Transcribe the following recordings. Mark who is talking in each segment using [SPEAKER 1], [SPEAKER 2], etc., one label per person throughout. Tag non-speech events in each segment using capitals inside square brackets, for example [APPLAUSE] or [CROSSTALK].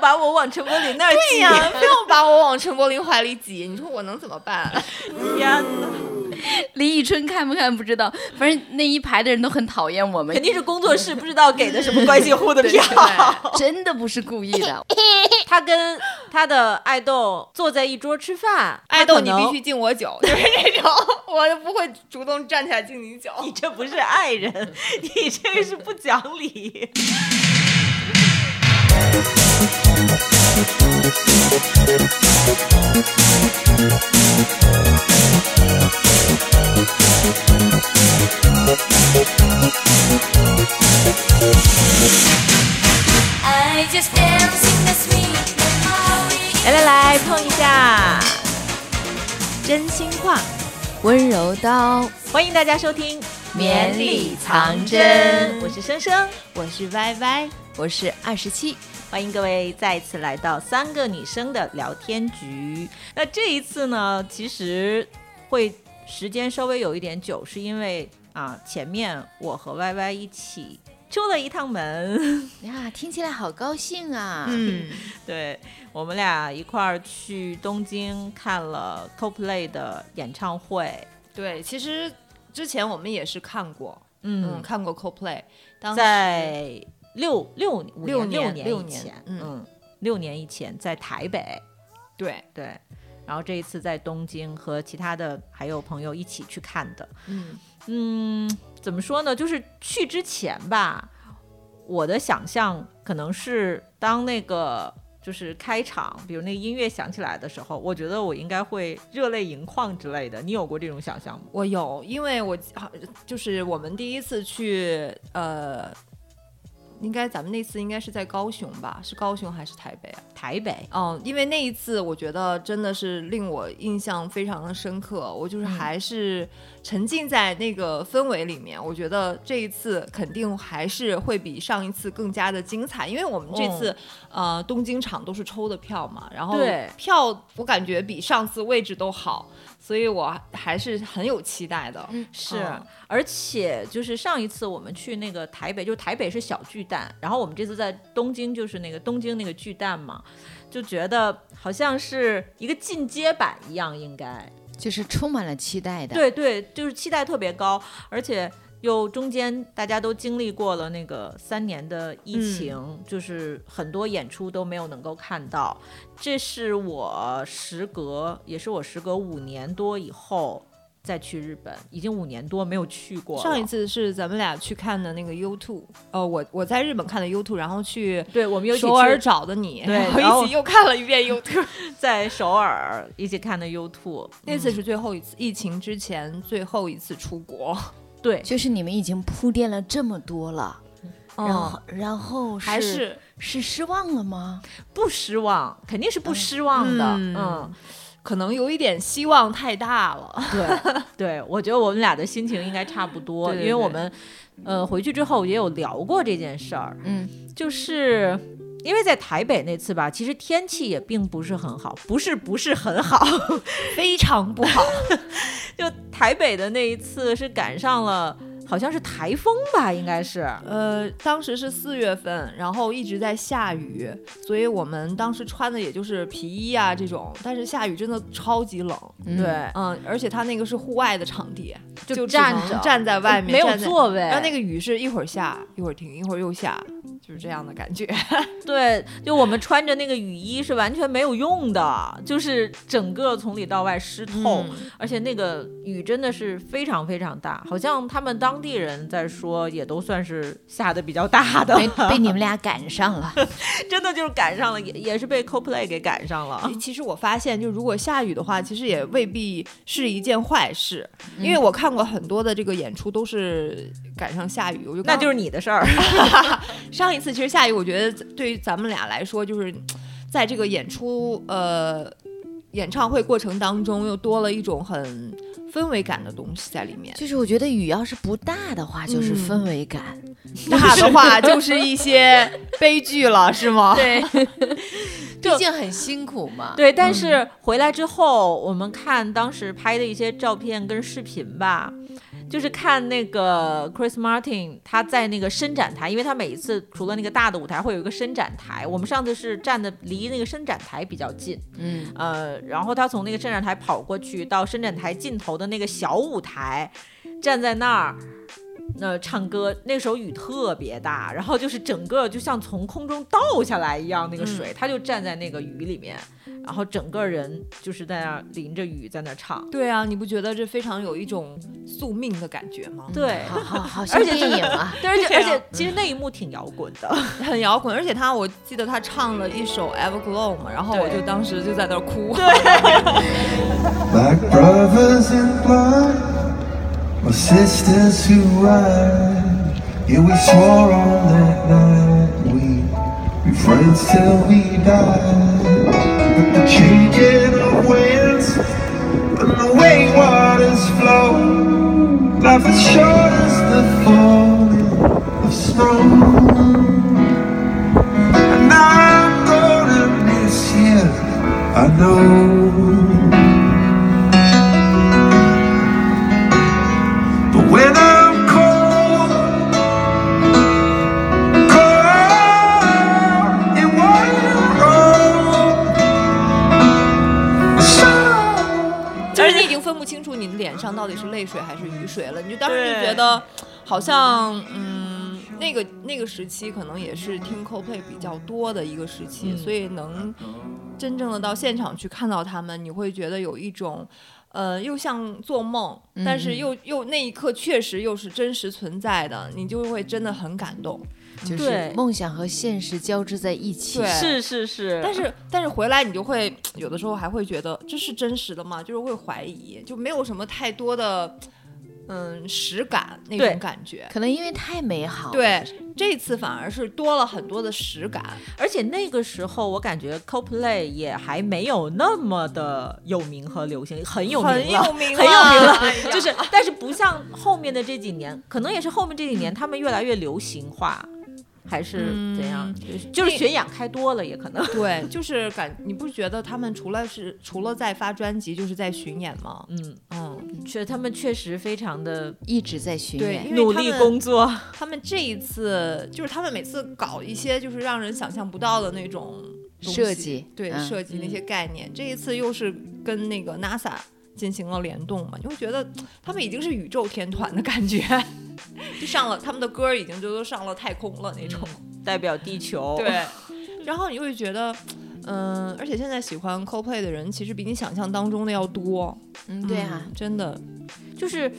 [SPEAKER 1] 把我往陈柏霖那儿挤。
[SPEAKER 2] 对呀、 [LAUGHS] 非要把我往陈柏霖怀里挤，你说我能怎么办？啊
[SPEAKER 1] 天哪，
[SPEAKER 3] 林以春看不看不知道，反正那一排的人都很讨厌我们
[SPEAKER 1] 肯，定是工作室不知道给的什么关系户的票。
[SPEAKER 3] 真的不是故意
[SPEAKER 1] [LAUGHS]
[SPEAKER 3] 的。
[SPEAKER 1] 他跟他的爱豆坐在一桌吃饭，
[SPEAKER 2] 爱
[SPEAKER 1] 他
[SPEAKER 2] 豆
[SPEAKER 1] 可
[SPEAKER 2] 你
[SPEAKER 1] 能
[SPEAKER 2] 必须，敬我酒，就是这种，我不会主动站起来敬你酒。
[SPEAKER 1] [LAUGHS] 你这不是爱人， [LAUGHS] 你这个是不讲理。
[SPEAKER 4] I just dance in the sweet melody.
[SPEAKER 1] 来来来，碰一下，真心话，
[SPEAKER 3] 温柔刀，
[SPEAKER 1] 欢迎大家收听《
[SPEAKER 3] 绵里藏
[SPEAKER 2] 针
[SPEAKER 1] 我是生生，
[SPEAKER 2] 我是歪歪，
[SPEAKER 3] 我是二十七，
[SPEAKER 1] 欢迎各位再次来到三个女生的聊天局。那这一次呢，其实会时间稍微有一点久，是因为啊，前面我和 Y Y 一起出了一趟门， [LAUGHS]
[SPEAKER 3] 呀，听起来好高兴啊！
[SPEAKER 2] [LAUGHS] 嗯，
[SPEAKER 1] 对我们俩一块儿去东京看了 Coldplay 的演唱会。
[SPEAKER 2] 对，其实之前我们也是看过，嗯，
[SPEAKER 1] 嗯，
[SPEAKER 2] 看过 CoPlay，当时
[SPEAKER 1] 在六六五
[SPEAKER 2] 六
[SPEAKER 1] 年六
[SPEAKER 2] 年六
[SPEAKER 1] 以
[SPEAKER 2] 年
[SPEAKER 1] 前，
[SPEAKER 2] 嗯
[SPEAKER 1] 嗯，六年以前在台北。
[SPEAKER 2] 对，
[SPEAKER 1] 对，然后这一次在东京和其他的还有朋友一起去看的。
[SPEAKER 2] 嗯
[SPEAKER 1] 嗯，怎么说呢？就是去之前吧，我的想象可能是当那个就是开场，比如那个音乐响起来的时候，我觉得我应该会热泪盈眶之类的。你有过这种想象吗？
[SPEAKER 2] 我有，因为我好就是我们第一次去，呃，应该咱们那次应该是在高雄吧？是高雄还是台北啊？
[SPEAKER 1] 台北，
[SPEAKER 2] 嗯，因为那一次我觉得真的是令我印象非常的深刻，我就是还是沉浸在那个氛围里面。我觉得这一次肯定还是会比上一次更加的精彩，因为我们这次、呃东京场都是抽的票嘛，然后
[SPEAKER 1] 对
[SPEAKER 2] 票我感觉比上次位置都好，所以我还是很有期待的。
[SPEAKER 1] 是
[SPEAKER 2] 嗯，
[SPEAKER 1] 而且就是上一次我们去那个台北，就台北是小巨蛋，然后我们这次在东京就是那个东京那个巨蛋嘛，就觉得好像是一个进阶版一样，应该
[SPEAKER 3] 就是充满了期待的。，
[SPEAKER 1] 对对，就是期待特别高，而且又中间大家都经历过了那个三年的疫
[SPEAKER 2] 嗯
[SPEAKER 1] 情，就是很多演出都没有能够看到，这是我时隔也是我时隔五年多以后。再去日本，已经五年多没有去过了。
[SPEAKER 2] 上一次是咱们俩去看的那个 U Two，呃，我我在日本看的 U Two，然后去
[SPEAKER 1] 对，我们又一起
[SPEAKER 2] 首尔
[SPEAKER 1] 去
[SPEAKER 2] 找的你，
[SPEAKER 1] 对然
[SPEAKER 2] [LAUGHS] 然后
[SPEAKER 1] 后
[SPEAKER 2] 一起又看了一遍 U Two。
[SPEAKER 1] 在首尔一起看的 U Two，
[SPEAKER 2] 那次是最后一次，疫情之前最后一次出国，
[SPEAKER 1] 对，
[SPEAKER 3] 就是你们已经铺垫了这么多了，
[SPEAKER 1] 哦
[SPEAKER 3] 然
[SPEAKER 2] 嗯
[SPEAKER 3] 后然后
[SPEAKER 2] 还
[SPEAKER 3] 是
[SPEAKER 2] 是
[SPEAKER 3] 是失望了
[SPEAKER 1] [LAUGHS]
[SPEAKER 3] 吗？
[SPEAKER 1] 不失望，肯定是不失望的，
[SPEAKER 2] 嗯
[SPEAKER 1] 嗯。
[SPEAKER 2] 可能有一点希望太大了。
[SPEAKER 1] 对对，我觉得我们俩的心情应该差不多，
[SPEAKER 2] 对对
[SPEAKER 1] 因为我
[SPEAKER 2] 对
[SPEAKER 1] 们，呃，回去之后也有聊过这件事儿，
[SPEAKER 3] 嗯，
[SPEAKER 1] 就是因为在台北那次吧，其实天气也并不是很好，不是不是很好， [LAUGHS]
[SPEAKER 2] 非常不好，
[SPEAKER 1] 就台北的那一次是赶上了，好像是台风吧，应该是，
[SPEAKER 2] 呃，当时是四月份，然后一直在下雨，所以我们当时穿的也就是皮衣啊这种，但是下雨真的超级冷，
[SPEAKER 3] 嗯
[SPEAKER 1] 对，
[SPEAKER 2] 嗯，而且它那个是户外的场地，
[SPEAKER 1] 就
[SPEAKER 2] 就只
[SPEAKER 1] 站
[SPEAKER 2] 能
[SPEAKER 1] 着
[SPEAKER 2] 站在外面，
[SPEAKER 1] 没有
[SPEAKER 2] 站在
[SPEAKER 1] 座位，
[SPEAKER 2] 然后那个雨是一会儿下，一会儿停，一会儿又下，就是这样的感觉。
[SPEAKER 1] 对，就我们穿着那个雨衣是完全没有用的，就是整个从里到外湿透，
[SPEAKER 3] 嗯
[SPEAKER 1] 而且那个雨真的是非常非常大，好像他们当地人在说，也都算是下的比较大的，
[SPEAKER 3] 被哎被你们俩赶上了。
[SPEAKER 1] [LAUGHS] 真的就是赶上了，也也是被 CoPlay 给赶上了。
[SPEAKER 2] 其实我发现，就如果下雨的
[SPEAKER 1] 嗯
[SPEAKER 2] 话，其实也未必是一件坏事，因为我看过很多的这个演出都是赶上下雨，我就
[SPEAKER 1] 那
[SPEAKER 2] 刚
[SPEAKER 1] 就是你的事儿，
[SPEAKER 2] 上一次其实下雨，我觉得对于咱们俩来说，就是在这个演出呃演唱会过程当中，又多了一种很氛围感的东西在里面。
[SPEAKER 3] 就是我觉得雨要是不大的话，就是
[SPEAKER 2] 嗯
[SPEAKER 3] 氛围感。
[SPEAKER 2] 大的话就是一些悲剧了，
[SPEAKER 1] [LAUGHS]
[SPEAKER 2] 是吗？
[SPEAKER 3] 哦对，毕竟很辛苦嘛。
[SPEAKER 1] 对。但是回来之后，我们看当时拍的一些照片跟视频吧，就是看那个 Chris Martin 他在那个伸展台，因为他每一次除了那个大的舞台会有一个伸展台，我们上次是站的离那个伸展台比较近，
[SPEAKER 2] 嗯，
[SPEAKER 1] 呃，然后他从那个伸展台跑过去到伸展台尽头的那个小舞台，站在那儿。那、唱歌，那个时候雨特别大，然后就是整个就像从空中倒下来一样，那个水，他就站在那个雨里面，然后整个人就是在那儿淋着雨在那儿唱，
[SPEAKER 2] 对啊，你不觉得这非常有一种宿命的感觉吗？
[SPEAKER 1] 对，
[SPEAKER 5] 好好好像
[SPEAKER 1] 而且
[SPEAKER 5] 电
[SPEAKER 1] 真的
[SPEAKER 5] 影啊，
[SPEAKER 1] 对，而且而且其实那一幕挺摇滚的，
[SPEAKER 2] 很摇滚，而且他我记得他唱了一首 Everglow 嘛，然后我
[SPEAKER 1] 对
[SPEAKER 2] 就当时就在那儿哭。 [LAUGHS]
[SPEAKER 6] Like brothers in blood, or sisters who ride. Yeah, we swore on that night we be friends till we die. But the changing of winds and the way waters flow, life is short as the falling of snow. And I'm gonna miss you, I know. But when I'm cold, cold in one room, oh, so
[SPEAKER 2] 就是你已 [LAUGHS] 经分不清楚你脸上到底是泪水还是雨水了，你就当时就觉得好像嗯，那个那个时期可能也是听 Coldplay 比较多的一个时期，所以能真正的到现场去看到他们，你会觉得有一种。呃，又像做梦，但是又又那一刻确实又是真实存在的，你就会真的很感动。
[SPEAKER 5] 就是
[SPEAKER 1] 对
[SPEAKER 5] 梦想和现实交织在一起。
[SPEAKER 1] [LAUGHS]
[SPEAKER 2] 对
[SPEAKER 1] 是是是，
[SPEAKER 2] 但是但是回来你就会有的时候还会觉得这是真实的吗？就是会怀疑，就没有什么太多的嗯实感那
[SPEAKER 1] 对
[SPEAKER 2] 种感觉。
[SPEAKER 5] 可能因为太美好，，
[SPEAKER 2] 对，这次反而是多了很多的实感。
[SPEAKER 1] 而且那个时候我感觉 Coldplay 也还没有那么的有名和流行，很有名
[SPEAKER 2] 很
[SPEAKER 1] 了
[SPEAKER 2] 有名
[SPEAKER 1] [LAUGHS] 很有名
[SPEAKER 2] 了
[SPEAKER 1] 了
[SPEAKER 2] 哎呀
[SPEAKER 1] 就是但是不像后面的这几年，可能也是后面这几年他们越来越流行化。还是怎样？就是
[SPEAKER 2] 那
[SPEAKER 1] 巡演开多了，也可能。
[SPEAKER 2] 嗯对，就是感，你不觉得他们除了是除了在发专辑，就是在巡演吗？
[SPEAKER 1] 嗯，
[SPEAKER 2] 嗯，
[SPEAKER 1] 确他们确实非常的
[SPEAKER 5] 一直在巡
[SPEAKER 2] 对，
[SPEAKER 5] 演。
[SPEAKER 2] 因为
[SPEAKER 1] 努
[SPEAKER 2] 他
[SPEAKER 1] 力
[SPEAKER 2] 们
[SPEAKER 1] 工作。
[SPEAKER 2] 他们这一次就是他们每次搞一些就是让人想象不到的那种东西
[SPEAKER 5] 设计
[SPEAKER 2] 对、
[SPEAKER 5] 嗯
[SPEAKER 2] 设计那些概念。这一次又是跟那个 NASA 进行了联动嘛，你会觉得他们已经是宇宙天团的感觉， [LAUGHS] 就上了他们的歌已经就都上了太空了那种。
[SPEAKER 1] 代表地球，
[SPEAKER 2] 对， [LAUGHS] 然后你会觉得。嗯，而且现在喜欢 CoPlay 的人，其实比你想象当中的要多。
[SPEAKER 5] 嗯，对啊，
[SPEAKER 2] 嗯真的，
[SPEAKER 1] 就是，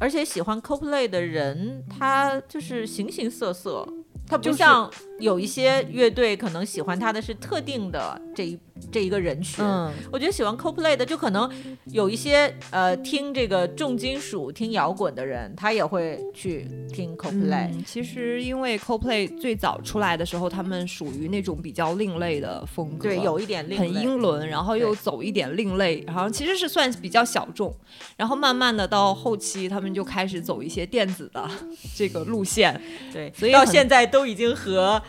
[SPEAKER 1] 而且喜欢 CoPlay 的人，他就是形形色色，他不
[SPEAKER 2] 就是
[SPEAKER 1] 像有一些乐队可能喜欢他的是特定的这一这一个人群。
[SPEAKER 2] 嗯，
[SPEAKER 1] 我觉得喜欢 CoPlay 的，就可能有一些呃听这个重金属、听摇滚的人，他也会去听 CoPlay。
[SPEAKER 2] 嗯其实因为 CoPlay 最早出来的时候，他们属于那种比较另类的风格，
[SPEAKER 1] 对，有一点另
[SPEAKER 2] 很
[SPEAKER 1] 类。
[SPEAKER 2] 英伦，然后又
[SPEAKER 1] 对
[SPEAKER 2] 走一点另类，然后其实是算比较小众。然后慢慢的到后期，他们就开始走一些电子的这个路线，
[SPEAKER 1] 对，
[SPEAKER 2] 所以
[SPEAKER 1] 到
[SPEAKER 2] 很
[SPEAKER 1] 现在都已经和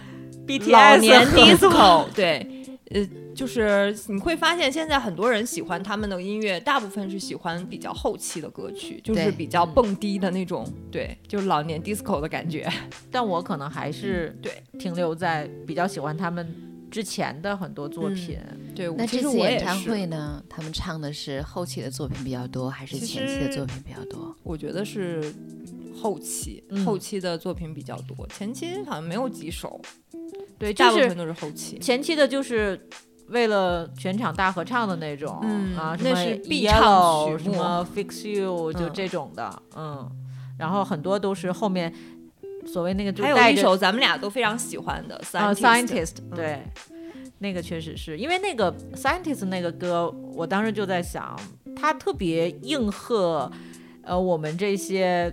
[SPEAKER 1] BTS
[SPEAKER 2] 老年
[SPEAKER 1] [LAUGHS] 合
[SPEAKER 2] disco，对。呃，就是你会发现，现在很多人喜欢他们的音乐，大部分是喜欢比较后期的歌曲，就是
[SPEAKER 5] 对
[SPEAKER 2] 比较蹦迪的那种，对，就是老年 disco 的感觉。
[SPEAKER 1] 但我可能还是
[SPEAKER 2] 对
[SPEAKER 1] 停留在比较喜欢他们之前的很多作品。
[SPEAKER 2] 对，
[SPEAKER 5] 那
[SPEAKER 2] 其
[SPEAKER 5] 这
[SPEAKER 2] 实
[SPEAKER 5] 次
[SPEAKER 2] 我也
[SPEAKER 5] 演唱
[SPEAKER 2] 是
[SPEAKER 5] 会呢，他们唱的是后期的作品比较多，还是
[SPEAKER 2] 其
[SPEAKER 5] 前期的
[SPEAKER 2] 实
[SPEAKER 5] 作品比较多？
[SPEAKER 2] 我觉得是后期，
[SPEAKER 1] 嗯
[SPEAKER 2] 后期的作品比较多，前期好像没有几首，
[SPEAKER 1] 对，就
[SPEAKER 2] 大部
[SPEAKER 1] 是
[SPEAKER 2] 分都是后期。
[SPEAKER 1] 前期的就是为了全场大合唱的那种，
[SPEAKER 2] 嗯
[SPEAKER 1] 啊，什
[SPEAKER 2] 那
[SPEAKER 1] 么
[SPEAKER 2] 是必
[SPEAKER 1] Yellow，
[SPEAKER 2] 唱曲
[SPEAKER 1] 什
[SPEAKER 2] 目
[SPEAKER 1] 么 Fix You，就
[SPEAKER 2] 嗯
[SPEAKER 1] 这种的，嗯，然后很多都是后面所谓那个就
[SPEAKER 2] 还有
[SPEAKER 1] 带
[SPEAKER 2] 一
[SPEAKER 1] 着
[SPEAKER 2] 首咱们俩都非常喜欢的《
[SPEAKER 1] 啊
[SPEAKER 2] Scientist》，嗯
[SPEAKER 1] Scientist，对，那个确实是因为那个 Scientist 那个歌，我当时就在想，它特别应和，呃，我们这些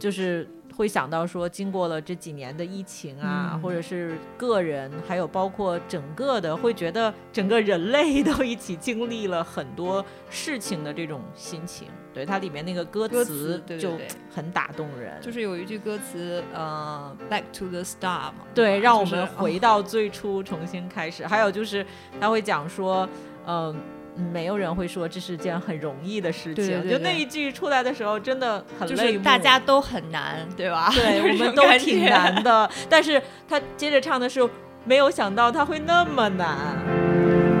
[SPEAKER 1] 就是。会想到说，经过了这几年的疫情啊，
[SPEAKER 2] 嗯
[SPEAKER 1] 或者是个人，还有包括整个的，会觉得整个人类 [LAUGHS] 都一起经历了很多事情的这种心情。对它里面那个歌
[SPEAKER 2] 歌
[SPEAKER 1] 词
[SPEAKER 2] 词对对
[SPEAKER 1] 就
[SPEAKER 2] 对
[SPEAKER 1] 很打动人，
[SPEAKER 2] 就是有一句歌词，呃，“Back to the Star” 嘛，
[SPEAKER 1] 对，让我
[SPEAKER 2] 就是
[SPEAKER 1] 们
[SPEAKER 2] 啊
[SPEAKER 1] 回到最初，重新开始。还有就是，他会讲说，嗯、没有人会说这是件很容易的事情。
[SPEAKER 2] 对对对
[SPEAKER 1] 就那一句出来的时候，真的很
[SPEAKER 2] 就
[SPEAKER 1] 泪
[SPEAKER 2] 是
[SPEAKER 1] 目 [LAUGHS]
[SPEAKER 2] 大家都很难，对吧？ [LAUGHS]
[SPEAKER 1] 对我
[SPEAKER 2] 这
[SPEAKER 1] 们
[SPEAKER 2] 种
[SPEAKER 1] 都
[SPEAKER 2] 感
[SPEAKER 1] 挺
[SPEAKER 2] 觉
[SPEAKER 1] 难的，但是他接着唱的是没有想到他会那么难。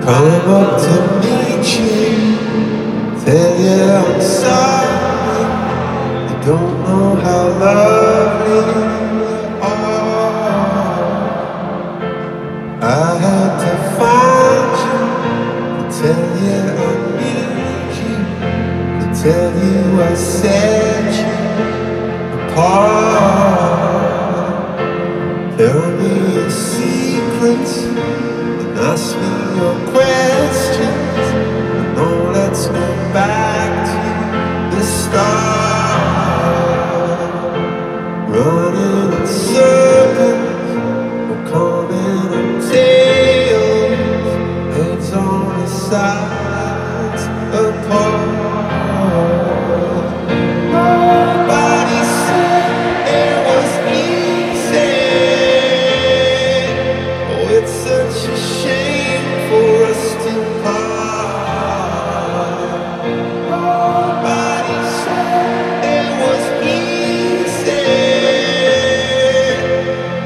[SPEAKER 6] Come up to meet you, tell you I'm sorry. You don't know how lovely you are. I had to find you, to tell you I need you, to tell you I set you apart. Tell me your secrets. Ask me your questions, and oh, let's go back to the start. Running in circles, or coming on tails, heads on the sides apart. Nobody said it was easy. Oh, it's such a shame for us to part. Nobody said it was easy.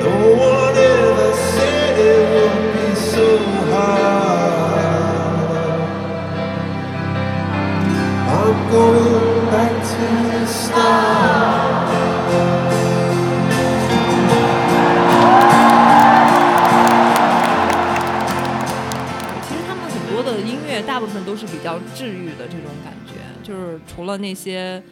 [SPEAKER 6] No one ever said it would be so hard. I'm going back to the start.
[SPEAKER 2] 其实他们很多的音乐，大部分都是比较治愈的这种感觉，就是除了那些，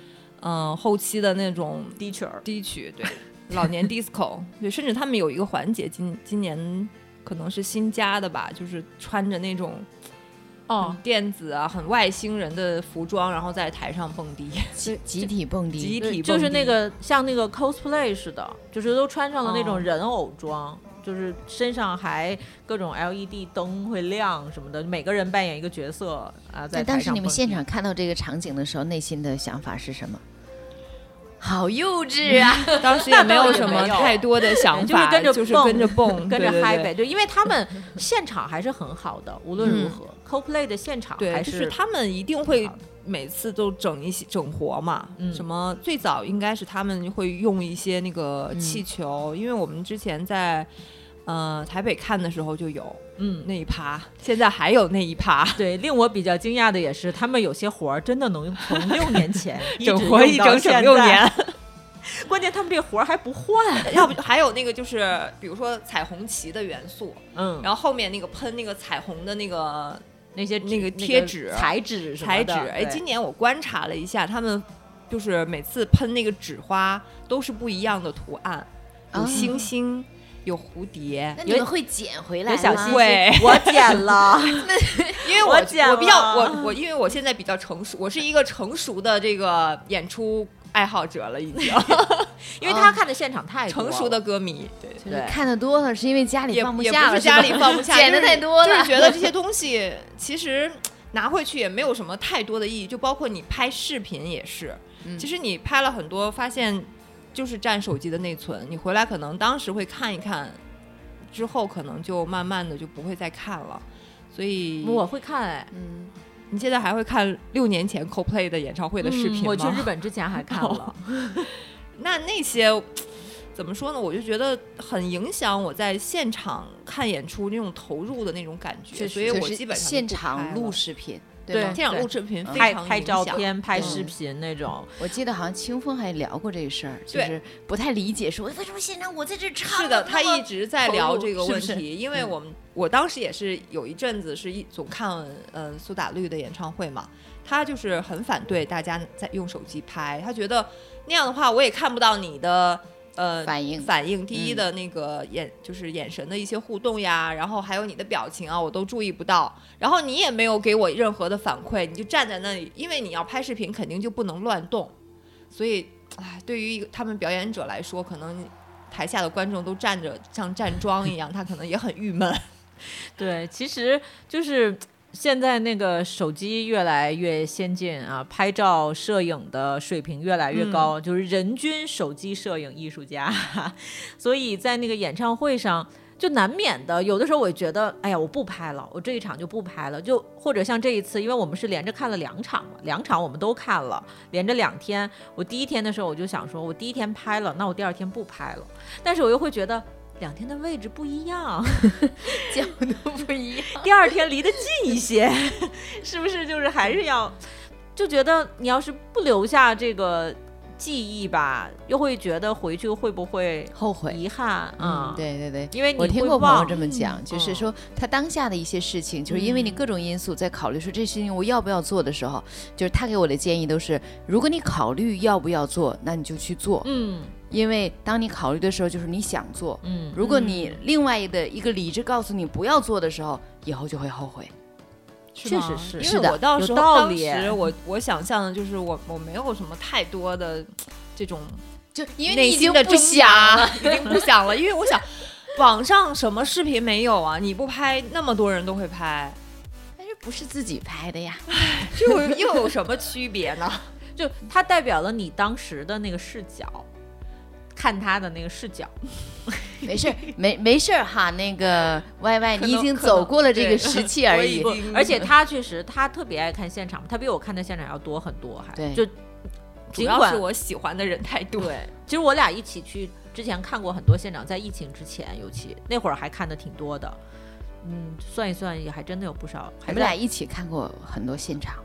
[SPEAKER 2] 嗯、后期的那种
[SPEAKER 1] 低曲儿，
[SPEAKER 2] 低曲，对， [LAUGHS] 老年 disco，对，甚至他们有一个环节，今今年可能是新加的吧，就是穿着那种。哦，
[SPEAKER 1] 嗯
[SPEAKER 2] 电子啊，很外星人的服装，然后在台上蹦
[SPEAKER 1] [LAUGHS]
[SPEAKER 2] 迪，
[SPEAKER 5] 集集体蹦
[SPEAKER 2] 集
[SPEAKER 5] 迪，
[SPEAKER 2] 体蹦迪
[SPEAKER 1] 就是那个像那个 cosplay 似的，就是都穿上了那种
[SPEAKER 2] 哦
[SPEAKER 1] 人偶装。就是身上还各种 LED 灯会亮什么的，每个人扮演一个角色啊，在
[SPEAKER 5] 那当
[SPEAKER 1] 台
[SPEAKER 5] 时
[SPEAKER 1] 上
[SPEAKER 5] 你们
[SPEAKER 1] 蹦迪
[SPEAKER 5] 现场看到这个场景的时候，内心的想法是什么？好幼稚啊！
[SPEAKER 2] [LAUGHS] 当时也没有
[SPEAKER 1] [LAUGHS] 那倒是
[SPEAKER 2] 什么
[SPEAKER 1] 没有
[SPEAKER 2] 太多的
[SPEAKER 1] [LAUGHS]
[SPEAKER 2] 想
[SPEAKER 1] 就是
[SPEAKER 2] 法，
[SPEAKER 1] 跟着
[SPEAKER 2] 就是
[SPEAKER 1] 蹦
[SPEAKER 2] 跟着蹦，
[SPEAKER 1] 跟着
[SPEAKER 2] 对对
[SPEAKER 1] 嗨
[SPEAKER 2] 对
[SPEAKER 1] 呗，对，因为他们现场还是很好的，无论如
[SPEAKER 2] 嗯
[SPEAKER 1] 何，CoPlay 的现场
[SPEAKER 2] 对，
[SPEAKER 1] 还
[SPEAKER 2] 就是他们一定会每次都整一些整活嘛，
[SPEAKER 1] 嗯
[SPEAKER 2] 什么最早应该是他们会用一些那个气球，因为我们之前在呃台北看的时候就有
[SPEAKER 1] 嗯，
[SPEAKER 2] 那一趴，现在还有那一 [LAUGHS] 趴。
[SPEAKER 1] 对，令我比较惊讶的也是，他们有些活儿真的能 [LAUGHS] 从六年前一直
[SPEAKER 2] 整活一
[SPEAKER 1] 用到
[SPEAKER 2] 整整
[SPEAKER 1] 现
[SPEAKER 2] 六
[SPEAKER 1] 在 [LAUGHS]
[SPEAKER 2] 年，，
[SPEAKER 1] 关键他们这活儿还不换， [LAUGHS]
[SPEAKER 2] 要不 [LAUGHS] 还有那个就是，比如说彩虹旗的元素，
[SPEAKER 1] 嗯，
[SPEAKER 2] 然后后面那个喷那个彩虹的那个
[SPEAKER 1] 那些
[SPEAKER 2] 那个
[SPEAKER 1] 纸啊
[SPEAKER 2] 贴纸
[SPEAKER 1] 彩纸什么
[SPEAKER 2] 彩纸。
[SPEAKER 1] 的
[SPEAKER 2] 哎，
[SPEAKER 1] 对
[SPEAKER 2] 今年我观察了一下，他们就是每次喷那个纸花都是不一样的图案，有
[SPEAKER 5] 哦
[SPEAKER 2] 星星，有蝴蝶
[SPEAKER 5] 那。你们会捡回来
[SPEAKER 1] 有
[SPEAKER 5] 吗？
[SPEAKER 1] 小星
[SPEAKER 2] 对
[SPEAKER 1] [LAUGHS] 星，我捡了，
[SPEAKER 2] 因为我
[SPEAKER 1] 我剪
[SPEAKER 2] 我比较
[SPEAKER 1] 了
[SPEAKER 2] 我我因为我现在比较成熟，我是一个成熟的这个演出爱好者了，
[SPEAKER 1] [LAUGHS]
[SPEAKER 2] 已经
[SPEAKER 1] 因为他看的现场太多
[SPEAKER 2] [LAUGHS] 成熟
[SPEAKER 1] 了
[SPEAKER 2] 的歌迷。对。
[SPEAKER 1] 对。
[SPEAKER 5] 看的多了，是因为家里
[SPEAKER 2] 也
[SPEAKER 5] 放不
[SPEAKER 2] 也
[SPEAKER 5] 下
[SPEAKER 2] 不
[SPEAKER 5] 了，
[SPEAKER 2] 是家里放不
[SPEAKER 5] [LAUGHS]
[SPEAKER 2] 下，
[SPEAKER 5] 捡的
[SPEAKER 2] 就是
[SPEAKER 5] 太多
[SPEAKER 2] 就
[SPEAKER 5] 了
[SPEAKER 2] 是觉得这
[SPEAKER 5] [LAUGHS]
[SPEAKER 2] 些东西其实拿回去也没有什么太多的意义，就包括你拍视频也是，
[SPEAKER 5] 嗯
[SPEAKER 2] 其实你拍了很多，发现就是占手机的内存，你回来可能当时会看一看，之后可能就慢慢的就不会再看了。所以，
[SPEAKER 1] 我会看哎，
[SPEAKER 5] 嗯，
[SPEAKER 2] 你现在还会看六年前 CoPlay 的演唱会的视频吗？
[SPEAKER 1] 嗯我去日本之前还 [LAUGHS] 看了，
[SPEAKER 2] 那那些怎么说呢？我就觉得很影响我在现场看演出那种投入的那种感觉，
[SPEAKER 1] 确实
[SPEAKER 2] 所以
[SPEAKER 5] 就
[SPEAKER 2] 我
[SPEAKER 5] 是
[SPEAKER 2] 基本上就
[SPEAKER 5] 现
[SPEAKER 2] 不拍
[SPEAKER 5] 场
[SPEAKER 2] 了
[SPEAKER 5] 录视频，
[SPEAKER 1] 对
[SPEAKER 5] 吗？
[SPEAKER 2] 现场
[SPEAKER 1] 对
[SPEAKER 2] 录视频非
[SPEAKER 1] 拍
[SPEAKER 2] 常
[SPEAKER 1] 拍
[SPEAKER 2] 影
[SPEAKER 1] 照
[SPEAKER 2] 响，
[SPEAKER 1] 片、拍视
[SPEAKER 5] 嗯
[SPEAKER 1] 频那种，
[SPEAKER 5] 我记得好像清风还聊过这个事儿，就
[SPEAKER 2] 对
[SPEAKER 5] 是不太理解说，为什么现场我在这唱？ [LAUGHS]
[SPEAKER 2] 是的，他一直在聊这个
[SPEAKER 5] 投入
[SPEAKER 2] 问题，
[SPEAKER 5] 是嗯不是
[SPEAKER 2] 因为我们我当时也是有一阵子是一总看嗯、呃苏打绿的演唱会嘛，他就是很反对大家在用手机拍，他觉得那样的话我也看不到你的呃
[SPEAKER 5] 反应
[SPEAKER 2] 反应第一
[SPEAKER 5] 嗯
[SPEAKER 2] 的那个眼、就是眼神的一些互动呀，然后还有你的表情啊，我都注意不到，然后你也没有给我任何的反馈，你就站在那里，因为你要拍视频肯定就不能乱动，所以。唉，对于一个他们表演者来说，可能台下的观众都站着像站桩一样，他可能也很郁闷。
[SPEAKER 1] 对，其实就是现在那个手机越来越先进啊，拍照摄影的水平越来越高， [LAUGHS] 就是人均手机摄影艺术家。所以在那个演唱会上，就难免的，有的时候我觉得，哎呀，我不拍了，我这一场就不拍了，就或者像这一次，因为我们是连着看了两场嘛，两场我们都看了，连着两天。我第一天的时候我就想说，我第一天拍了，那我第二天不拍了，但是我又会觉得。两天的位置不一样，
[SPEAKER 3] 角度不一样。
[SPEAKER 5] [LAUGHS]
[SPEAKER 1] 第二天离得近一些， [LAUGHS] 是不是？就是还是要，就觉得你要是不留下这个记忆吧，又会觉得回去会不会
[SPEAKER 5] 后悔。
[SPEAKER 1] 遗憾啊、
[SPEAKER 5] 嗯，， [LAUGHS] 对对对，
[SPEAKER 1] 因为你
[SPEAKER 5] 我听
[SPEAKER 1] 会
[SPEAKER 5] 过朋友
[SPEAKER 1] 忘
[SPEAKER 5] 这么讲，就是说他当下的一些事情，就是因为你各种因素在考虑说这事情我要不要做的时候，就是他给我的建议都是，如果你考虑要不要做，那你就去做，
[SPEAKER 1] 嗯
[SPEAKER 5] 因为当你考虑的时候，就是你想做。
[SPEAKER 1] 嗯，
[SPEAKER 5] 如果你另外的一个理智告诉你不要做的时候，以后就会后悔。
[SPEAKER 1] [LAUGHS]
[SPEAKER 2] 是
[SPEAKER 1] 确
[SPEAKER 2] 吗
[SPEAKER 1] 实是
[SPEAKER 2] 因
[SPEAKER 5] 是
[SPEAKER 2] 为
[SPEAKER 5] 的
[SPEAKER 2] 我到
[SPEAKER 1] 有
[SPEAKER 2] 时候
[SPEAKER 1] 道
[SPEAKER 2] 当
[SPEAKER 1] 理
[SPEAKER 2] 时我我想象的就是我我没有什么太多的这种
[SPEAKER 5] 就因为
[SPEAKER 2] 内
[SPEAKER 5] 你已经
[SPEAKER 2] 心的
[SPEAKER 5] 不
[SPEAKER 2] 挣
[SPEAKER 5] 想
[SPEAKER 2] 扎
[SPEAKER 5] 了，
[SPEAKER 2] 已经不想了，因为我想， [LAUGHS] 网上什么视频没有啊？你不拍，那么多人都会拍，
[SPEAKER 5] 但是不是自己拍的呀？
[SPEAKER 2] 这有 [LAUGHS] 又有什么区别
[SPEAKER 1] [LAUGHS]
[SPEAKER 2] 呢？
[SPEAKER 1] 就它代表了你当时的那个视角，看他的那个视角，
[SPEAKER 5] [LAUGHS] 没事儿，没没事儿哈。那个 Y Y，
[SPEAKER 2] 可
[SPEAKER 5] 你已
[SPEAKER 2] 能
[SPEAKER 5] 经
[SPEAKER 2] 可
[SPEAKER 5] 走
[SPEAKER 2] 能
[SPEAKER 5] 过了这个
[SPEAKER 2] 对 [LAUGHS]
[SPEAKER 5] 时期而
[SPEAKER 2] 我
[SPEAKER 5] 已
[SPEAKER 2] 已。经
[SPEAKER 1] 而且他确实他特别爱看现场，他比我看的现场要多很多，还
[SPEAKER 5] 对
[SPEAKER 1] 就
[SPEAKER 2] 主
[SPEAKER 1] 尽
[SPEAKER 2] 要
[SPEAKER 1] 管
[SPEAKER 2] 是我喜欢的人太多，
[SPEAKER 1] 对，其实我俩一起去之前看过很多现场，在疫情之前，尤其那会儿还看的挺多的。嗯，算一算也还真的有不少，
[SPEAKER 5] 我
[SPEAKER 1] 还
[SPEAKER 5] 们
[SPEAKER 1] 在
[SPEAKER 5] 俩一起看过很多现场，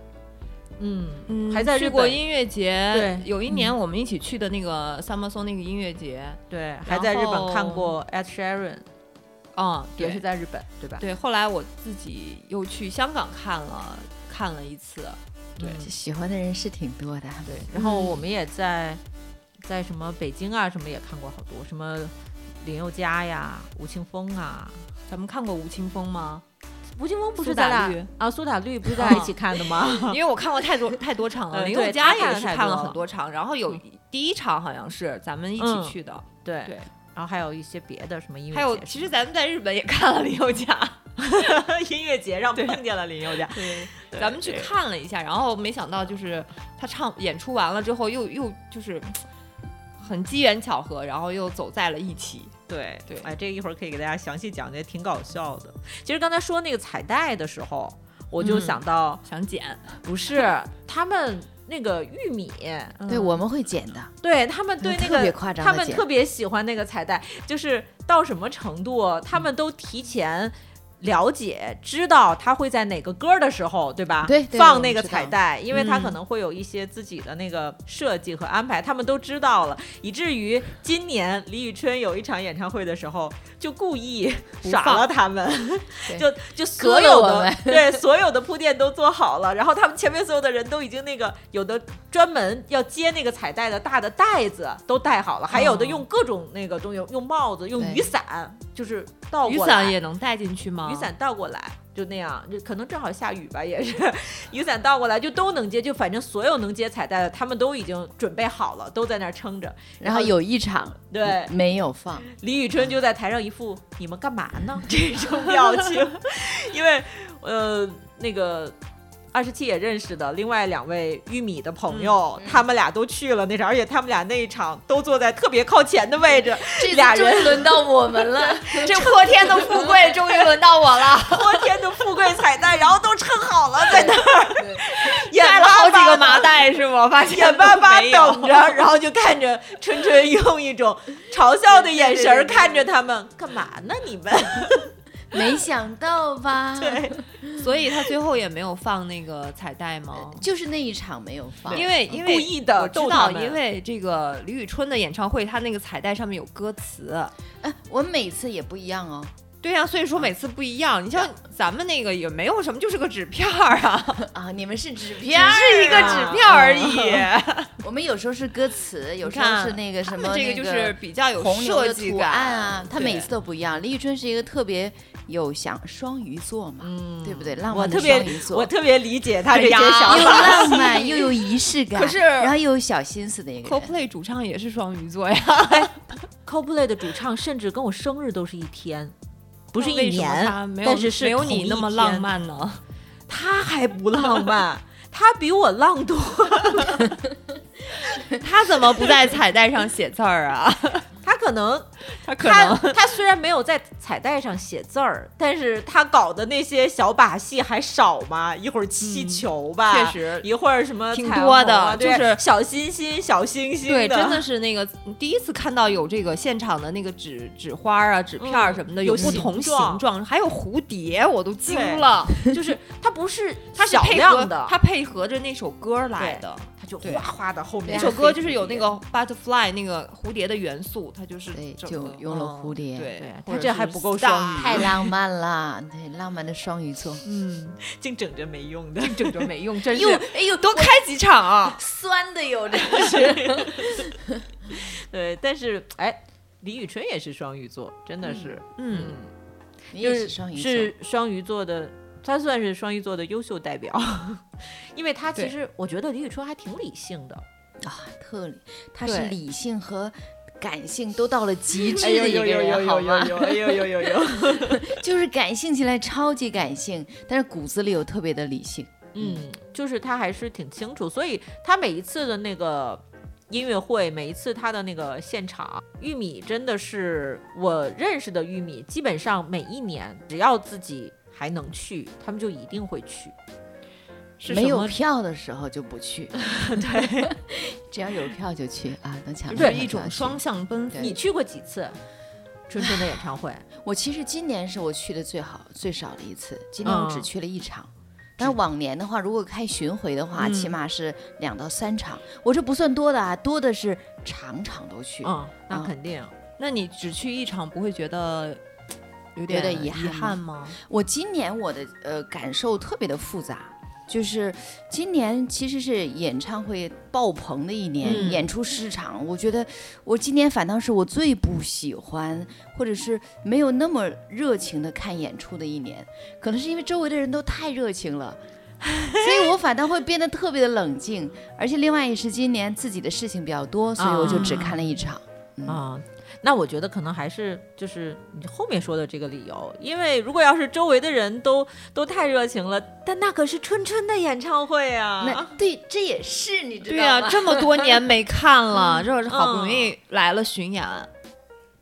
[SPEAKER 1] 嗯
[SPEAKER 2] 嗯
[SPEAKER 1] 还在
[SPEAKER 2] 去
[SPEAKER 1] 日
[SPEAKER 2] 过
[SPEAKER 1] 本
[SPEAKER 2] 音乐节，
[SPEAKER 1] 对嗯
[SPEAKER 2] 有一年我们一起去的那个 Summer Song 那个音乐节，
[SPEAKER 1] 对，还在日本看
[SPEAKER 2] 后
[SPEAKER 1] 过 Ed Sheeran，
[SPEAKER 2] 嗯，
[SPEAKER 1] 也
[SPEAKER 2] 对
[SPEAKER 1] 是在日本对吧？
[SPEAKER 2] 对，后来我自己又去香港看了看了一次，
[SPEAKER 1] 对
[SPEAKER 5] 喜欢的人是挺多的。
[SPEAKER 1] 对，然后我们也在在什么北京啊什么也看过好多，什么林宥嘉呀、吴青峰啊，
[SPEAKER 2] 咱们看过吴青峰吗？
[SPEAKER 1] [LAUGHS] 吴青峰不是
[SPEAKER 2] 苏
[SPEAKER 1] 咱
[SPEAKER 2] 打
[SPEAKER 1] 俩
[SPEAKER 2] 绿
[SPEAKER 1] 啊苏打 [LAUGHS] 绿不是咱俩一起看的吗？ [LAUGHS]
[SPEAKER 2] 因为我看过太多太多场了，
[SPEAKER 1] 嗯
[SPEAKER 2] 林
[SPEAKER 1] 对
[SPEAKER 2] 宥
[SPEAKER 1] 他
[SPEAKER 2] 嘉
[SPEAKER 1] 看
[SPEAKER 2] 也
[SPEAKER 1] 了
[SPEAKER 2] 是
[SPEAKER 1] 太
[SPEAKER 2] 看了
[SPEAKER 1] 多
[SPEAKER 2] 很多场，然后有第一场好像是咱们一
[SPEAKER 1] 嗯
[SPEAKER 2] 起去的，
[SPEAKER 1] 对
[SPEAKER 2] 对
[SPEAKER 1] 然后还有一些别的什么音乐节
[SPEAKER 2] 还
[SPEAKER 1] 什么
[SPEAKER 2] 有
[SPEAKER 1] 的，
[SPEAKER 2] 其实咱们在日本也看了林宥嘉，
[SPEAKER 1] [LAUGHS] 音乐节上碰见了林宥嘉，
[SPEAKER 2] [LAUGHS] 对，咱们去看了一下，然后没想到就是他唱演出完了之后又又就是很机缘巧合，然后又走在了一起，
[SPEAKER 1] 对
[SPEAKER 2] 对
[SPEAKER 1] 哎，这个一会儿可以给大家详细讲，也挺搞笑的。其实刚才说那个彩带的时候，我就
[SPEAKER 2] 嗯
[SPEAKER 1] 想到，
[SPEAKER 2] 想剪，
[SPEAKER 1] 不是他们那个玉米，
[SPEAKER 5] 对，
[SPEAKER 2] 嗯
[SPEAKER 5] 我们会剪的。
[SPEAKER 1] 对他们对
[SPEAKER 5] 嗯
[SPEAKER 1] 那
[SPEAKER 5] 特
[SPEAKER 1] 个
[SPEAKER 5] 别夸张
[SPEAKER 1] 他
[SPEAKER 5] 的
[SPEAKER 1] 们
[SPEAKER 5] 剪
[SPEAKER 1] 特别喜欢那个彩带，就是到什么程度，他们都提前。了解知道他会在哪个歌的时候，对吧？
[SPEAKER 5] 对对我
[SPEAKER 1] 放
[SPEAKER 5] 们
[SPEAKER 1] 那个
[SPEAKER 5] 知道
[SPEAKER 1] 彩带，因为他
[SPEAKER 2] 嗯
[SPEAKER 1] 可能会有一些自己的那个设计和安排，他们都知道了，以至于今年李宇春有一场演唱会的时候，就故意
[SPEAKER 2] 不
[SPEAKER 1] 耍
[SPEAKER 2] 放
[SPEAKER 1] 了他们，[LAUGHS]
[SPEAKER 5] 对
[SPEAKER 1] 就就所
[SPEAKER 5] 了
[SPEAKER 1] 有
[SPEAKER 5] 我
[SPEAKER 1] 的
[SPEAKER 5] 们
[SPEAKER 1] 对所有的铺垫都做好了，然后他们前面所有的人都已经那个有的专门要接那个彩带的大的袋子都带好
[SPEAKER 2] 哦
[SPEAKER 1] 了，还有的用各种那个东西，用帽子、用
[SPEAKER 5] 对
[SPEAKER 1] 雨伞，就是倒
[SPEAKER 2] 雨
[SPEAKER 1] 过来，
[SPEAKER 2] 伞也能带进去吗？
[SPEAKER 1] 雨伞倒过来。就那样，就可能正好下雨吧，也是 [LAUGHS] 雨伞倒过来就都能接，就反正所有能接彩带的，他们都已经准备好了，都在那儿撑着。
[SPEAKER 5] 然后有一场
[SPEAKER 1] 对
[SPEAKER 5] 没有放，
[SPEAKER 2] [LAUGHS]
[SPEAKER 1] 李宇春就在台上一副“你们干嘛呢”这种表情，因为呃，那个二十七也认识的另外两位玉米的朋友，
[SPEAKER 2] 嗯
[SPEAKER 1] 他们俩都去了那场，而且他们俩那一场都坐在特别靠前的位
[SPEAKER 2] [LAUGHS]
[SPEAKER 1] 置，
[SPEAKER 5] 这
[SPEAKER 1] 俩人
[SPEAKER 5] 轮到我们了。
[SPEAKER 2] 这泼天的富贵终于轮到我了，
[SPEAKER 1] 泼天的富贵彩蛋，然后都撑好了在那儿， [LAUGHS] 眼
[SPEAKER 2] 带了好几个麻袋是吗？发现
[SPEAKER 1] 眼巴巴
[SPEAKER 2] 没有
[SPEAKER 1] 等着，然后就看着春春用一种嘲笑的眼神儿看着他们，干嘛呢你们？
[SPEAKER 5] 没想到
[SPEAKER 2] [LAUGHS]
[SPEAKER 5] 吧？
[SPEAKER 1] 对，
[SPEAKER 2] 所以他最后也没有放那个彩带吗？
[SPEAKER 5] 就是那一场没有放，
[SPEAKER 2] 因为因为
[SPEAKER 1] 故意的
[SPEAKER 2] 我知
[SPEAKER 1] 逗他
[SPEAKER 2] 道，
[SPEAKER 1] 们
[SPEAKER 2] 因为这个李宇春的演唱会，她那个彩带上面有歌词。
[SPEAKER 5] 哎，我每次也不一样哦。
[SPEAKER 2] 对呀、所以说每次不一样。你像咱们那个也没有什么，就是个纸片儿啊，
[SPEAKER 5] 啊，你们是纸
[SPEAKER 2] 只
[SPEAKER 5] 片儿啊，
[SPEAKER 2] 是一个纸片儿而已。
[SPEAKER 5] [LAUGHS] 我们有时候是歌词，有时
[SPEAKER 2] 你
[SPEAKER 5] 候
[SPEAKER 2] 看
[SPEAKER 5] 是那个
[SPEAKER 2] 他
[SPEAKER 5] 什
[SPEAKER 2] 们
[SPEAKER 5] 么，
[SPEAKER 2] 这
[SPEAKER 5] 那
[SPEAKER 2] 个就是比较有
[SPEAKER 5] 红牛
[SPEAKER 2] 设
[SPEAKER 5] 的
[SPEAKER 2] 计
[SPEAKER 5] 图
[SPEAKER 2] 感
[SPEAKER 5] 案啊，他每
[SPEAKER 2] 对
[SPEAKER 5] 次都不一样。李宇春是一个特别有想双鱼座嘛，对不对？浪
[SPEAKER 1] 嗯我
[SPEAKER 5] 漫的
[SPEAKER 1] 特别
[SPEAKER 5] 双鱼，座，
[SPEAKER 1] 我特别理解他这些
[SPEAKER 2] 哎呀
[SPEAKER 1] 想
[SPEAKER 5] 又
[SPEAKER 1] 法。
[SPEAKER 5] 浪漫又有仪式感，
[SPEAKER 2] 可是
[SPEAKER 5] 然后又有小心思的一个人。
[SPEAKER 2] CoPlay 主唱也是双鱼座呀，
[SPEAKER 1] Coldplay 的主唱甚至跟我生日都是一天，不是一
[SPEAKER 2] 为什么
[SPEAKER 1] 年
[SPEAKER 2] 他，没有
[SPEAKER 1] 但是是
[SPEAKER 2] 没有
[SPEAKER 1] 同
[SPEAKER 2] 你
[SPEAKER 1] 一
[SPEAKER 2] 那么
[SPEAKER 1] 天
[SPEAKER 2] 浪，漫呢。 [LAUGHS]
[SPEAKER 1] 他还不浪漫，他比我浪多，
[SPEAKER 2] 他怎么不在彩带上写字儿啊？
[SPEAKER 1] 他可能
[SPEAKER 2] 他可
[SPEAKER 1] 他
[SPEAKER 2] 能
[SPEAKER 1] 他虽然没有在彩带上写字儿，但是他搞的那些小把戏还少吗？一会儿气球吧，
[SPEAKER 2] 嗯确实
[SPEAKER 1] 一会儿什么
[SPEAKER 2] 挺
[SPEAKER 1] 彩
[SPEAKER 2] 多
[SPEAKER 1] 虹
[SPEAKER 2] 的
[SPEAKER 1] 啊对
[SPEAKER 2] 就是
[SPEAKER 1] 小心心、小星星
[SPEAKER 2] 对，真
[SPEAKER 1] 的
[SPEAKER 2] 的是那个第一次看到有这个现场的那个纸纸花儿啊、纸片儿
[SPEAKER 1] 嗯
[SPEAKER 2] 什么的，
[SPEAKER 1] 有
[SPEAKER 2] 不
[SPEAKER 1] 形
[SPEAKER 2] 同形
[SPEAKER 1] 状
[SPEAKER 2] 状，还有蝴蝶，我都惊
[SPEAKER 1] 对
[SPEAKER 2] 了。
[SPEAKER 1] 就是它不
[SPEAKER 2] [LAUGHS]
[SPEAKER 1] 是
[SPEAKER 2] 它是
[SPEAKER 1] 少
[SPEAKER 2] 配合
[SPEAKER 1] 量的，
[SPEAKER 2] 它配合着那首歌儿来的。
[SPEAKER 1] 它就
[SPEAKER 2] 对
[SPEAKER 1] 哗哗的后面
[SPEAKER 2] 那
[SPEAKER 1] 飞
[SPEAKER 2] 首歌就是有
[SPEAKER 1] 蝴蝶
[SPEAKER 2] 那个 butterfly 那个蝴蝶的元素，它就是
[SPEAKER 5] 对
[SPEAKER 2] 整
[SPEAKER 5] 就
[SPEAKER 2] 个
[SPEAKER 5] 用了
[SPEAKER 2] 嗯
[SPEAKER 5] 蝴蝶
[SPEAKER 2] 对
[SPEAKER 1] 对
[SPEAKER 2] 或
[SPEAKER 1] 它
[SPEAKER 2] 者
[SPEAKER 1] 这
[SPEAKER 2] 是
[SPEAKER 1] 还不够
[SPEAKER 2] star
[SPEAKER 1] 双
[SPEAKER 5] 太浪漫了，对，浪漫的双鱼座，
[SPEAKER 2] 嗯，
[SPEAKER 1] 净整着没用的，
[SPEAKER 2] 整着没用， [LAUGHS] 真
[SPEAKER 5] 哟
[SPEAKER 2] 是
[SPEAKER 5] 哎呦，
[SPEAKER 2] 多开几场
[SPEAKER 5] [LAUGHS]
[SPEAKER 2] 啊！
[SPEAKER 5] 酸的哟，这
[SPEAKER 1] [LAUGHS] [LAUGHS] 对，但是哎，李宇春也是双鱼座，真的是，
[SPEAKER 2] 嗯，
[SPEAKER 5] 你
[SPEAKER 1] 就
[SPEAKER 5] 也
[SPEAKER 1] 是
[SPEAKER 5] 是双鱼座，
[SPEAKER 1] 是双鱼座的，他算是双鱼座的优秀代表， [LAUGHS] 因为他其
[SPEAKER 2] 对
[SPEAKER 1] 实我觉得李宇春还挺理性的，
[SPEAKER 5] 啊，特理，他是
[SPEAKER 2] 对
[SPEAKER 5] 理性和感性都到了极致
[SPEAKER 1] 哎
[SPEAKER 5] 的
[SPEAKER 1] 呦
[SPEAKER 5] 一个
[SPEAKER 1] 呦呦呦
[SPEAKER 5] 人，好
[SPEAKER 1] 呦
[SPEAKER 5] 吗？
[SPEAKER 1] 呦哎呦呦呦呦，
[SPEAKER 5] [LAUGHS] 就是感性起来超级感性，但是骨子里又特别的理性。
[SPEAKER 1] 嗯，就是他还是挺清楚，所以他每一次的那个。音乐会每一次他的那个现场，玉米真的是我认识的玉米，基本上每一年只要自己还能去，他们就一定会去。
[SPEAKER 2] 是
[SPEAKER 5] 没
[SPEAKER 2] 什
[SPEAKER 5] 有
[SPEAKER 2] 么？
[SPEAKER 5] 票的时候就不
[SPEAKER 2] [LAUGHS]
[SPEAKER 5] 去，对， [LAUGHS] 只要有票就去啊，能抢
[SPEAKER 2] 就
[SPEAKER 5] 到
[SPEAKER 2] 是
[SPEAKER 5] 就
[SPEAKER 2] 一
[SPEAKER 5] 要
[SPEAKER 2] 种
[SPEAKER 5] 去
[SPEAKER 2] 双。向奔赴
[SPEAKER 5] 对。
[SPEAKER 1] 你去过几次春春的演唱会？
[SPEAKER 5] 我其实今年是我去的最好最少的一次，今年我只
[SPEAKER 1] 嗯
[SPEAKER 5] 去了一场。但是往年的话，如果开巡回的话，
[SPEAKER 2] 嗯
[SPEAKER 5] 起码是两到三场，我这不算多的啊，多的是场场都去，
[SPEAKER 1] 嗯，那
[SPEAKER 5] 嗯
[SPEAKER 1] 肯定。
[SPEAKER 2] 那你只去一场，不会觉得有
[SPEAKER 5] 点
[SPEAKER 2] 点
[SPEAKER 5] 遗憾吗
[SPEAKER 2] 憾吗？
[SPEAKER 5] 我今年我的呃感受特别的复杂，就是今年其实是演唱会爆棚的一年，
[SPEAKER 2] 嗯
[SPEAKER 5] 演出市场，我觉得我今年反倒是我最不喜欢，或者是没有那么热情的看演出的一年，可能是因为周围的人都太热情了。所以我反倒会变得特别的冷静，而且另外也是今年自己的事情比较多，所以我就只看了一场。
[SPEAKER 1] 啊、那我觉得可能还是就是你后面说的这个理由，因为如果要是周围的人都都太热情了，但那可是春春的演唱会啊，
[SPEAKER 5] 那对，这也是你知道
[SPEAKER 2] 对呀、
[SPEAKER 5] 吗
[SPEAKER 2] 这么多年没看了，这好不容易来了巡演，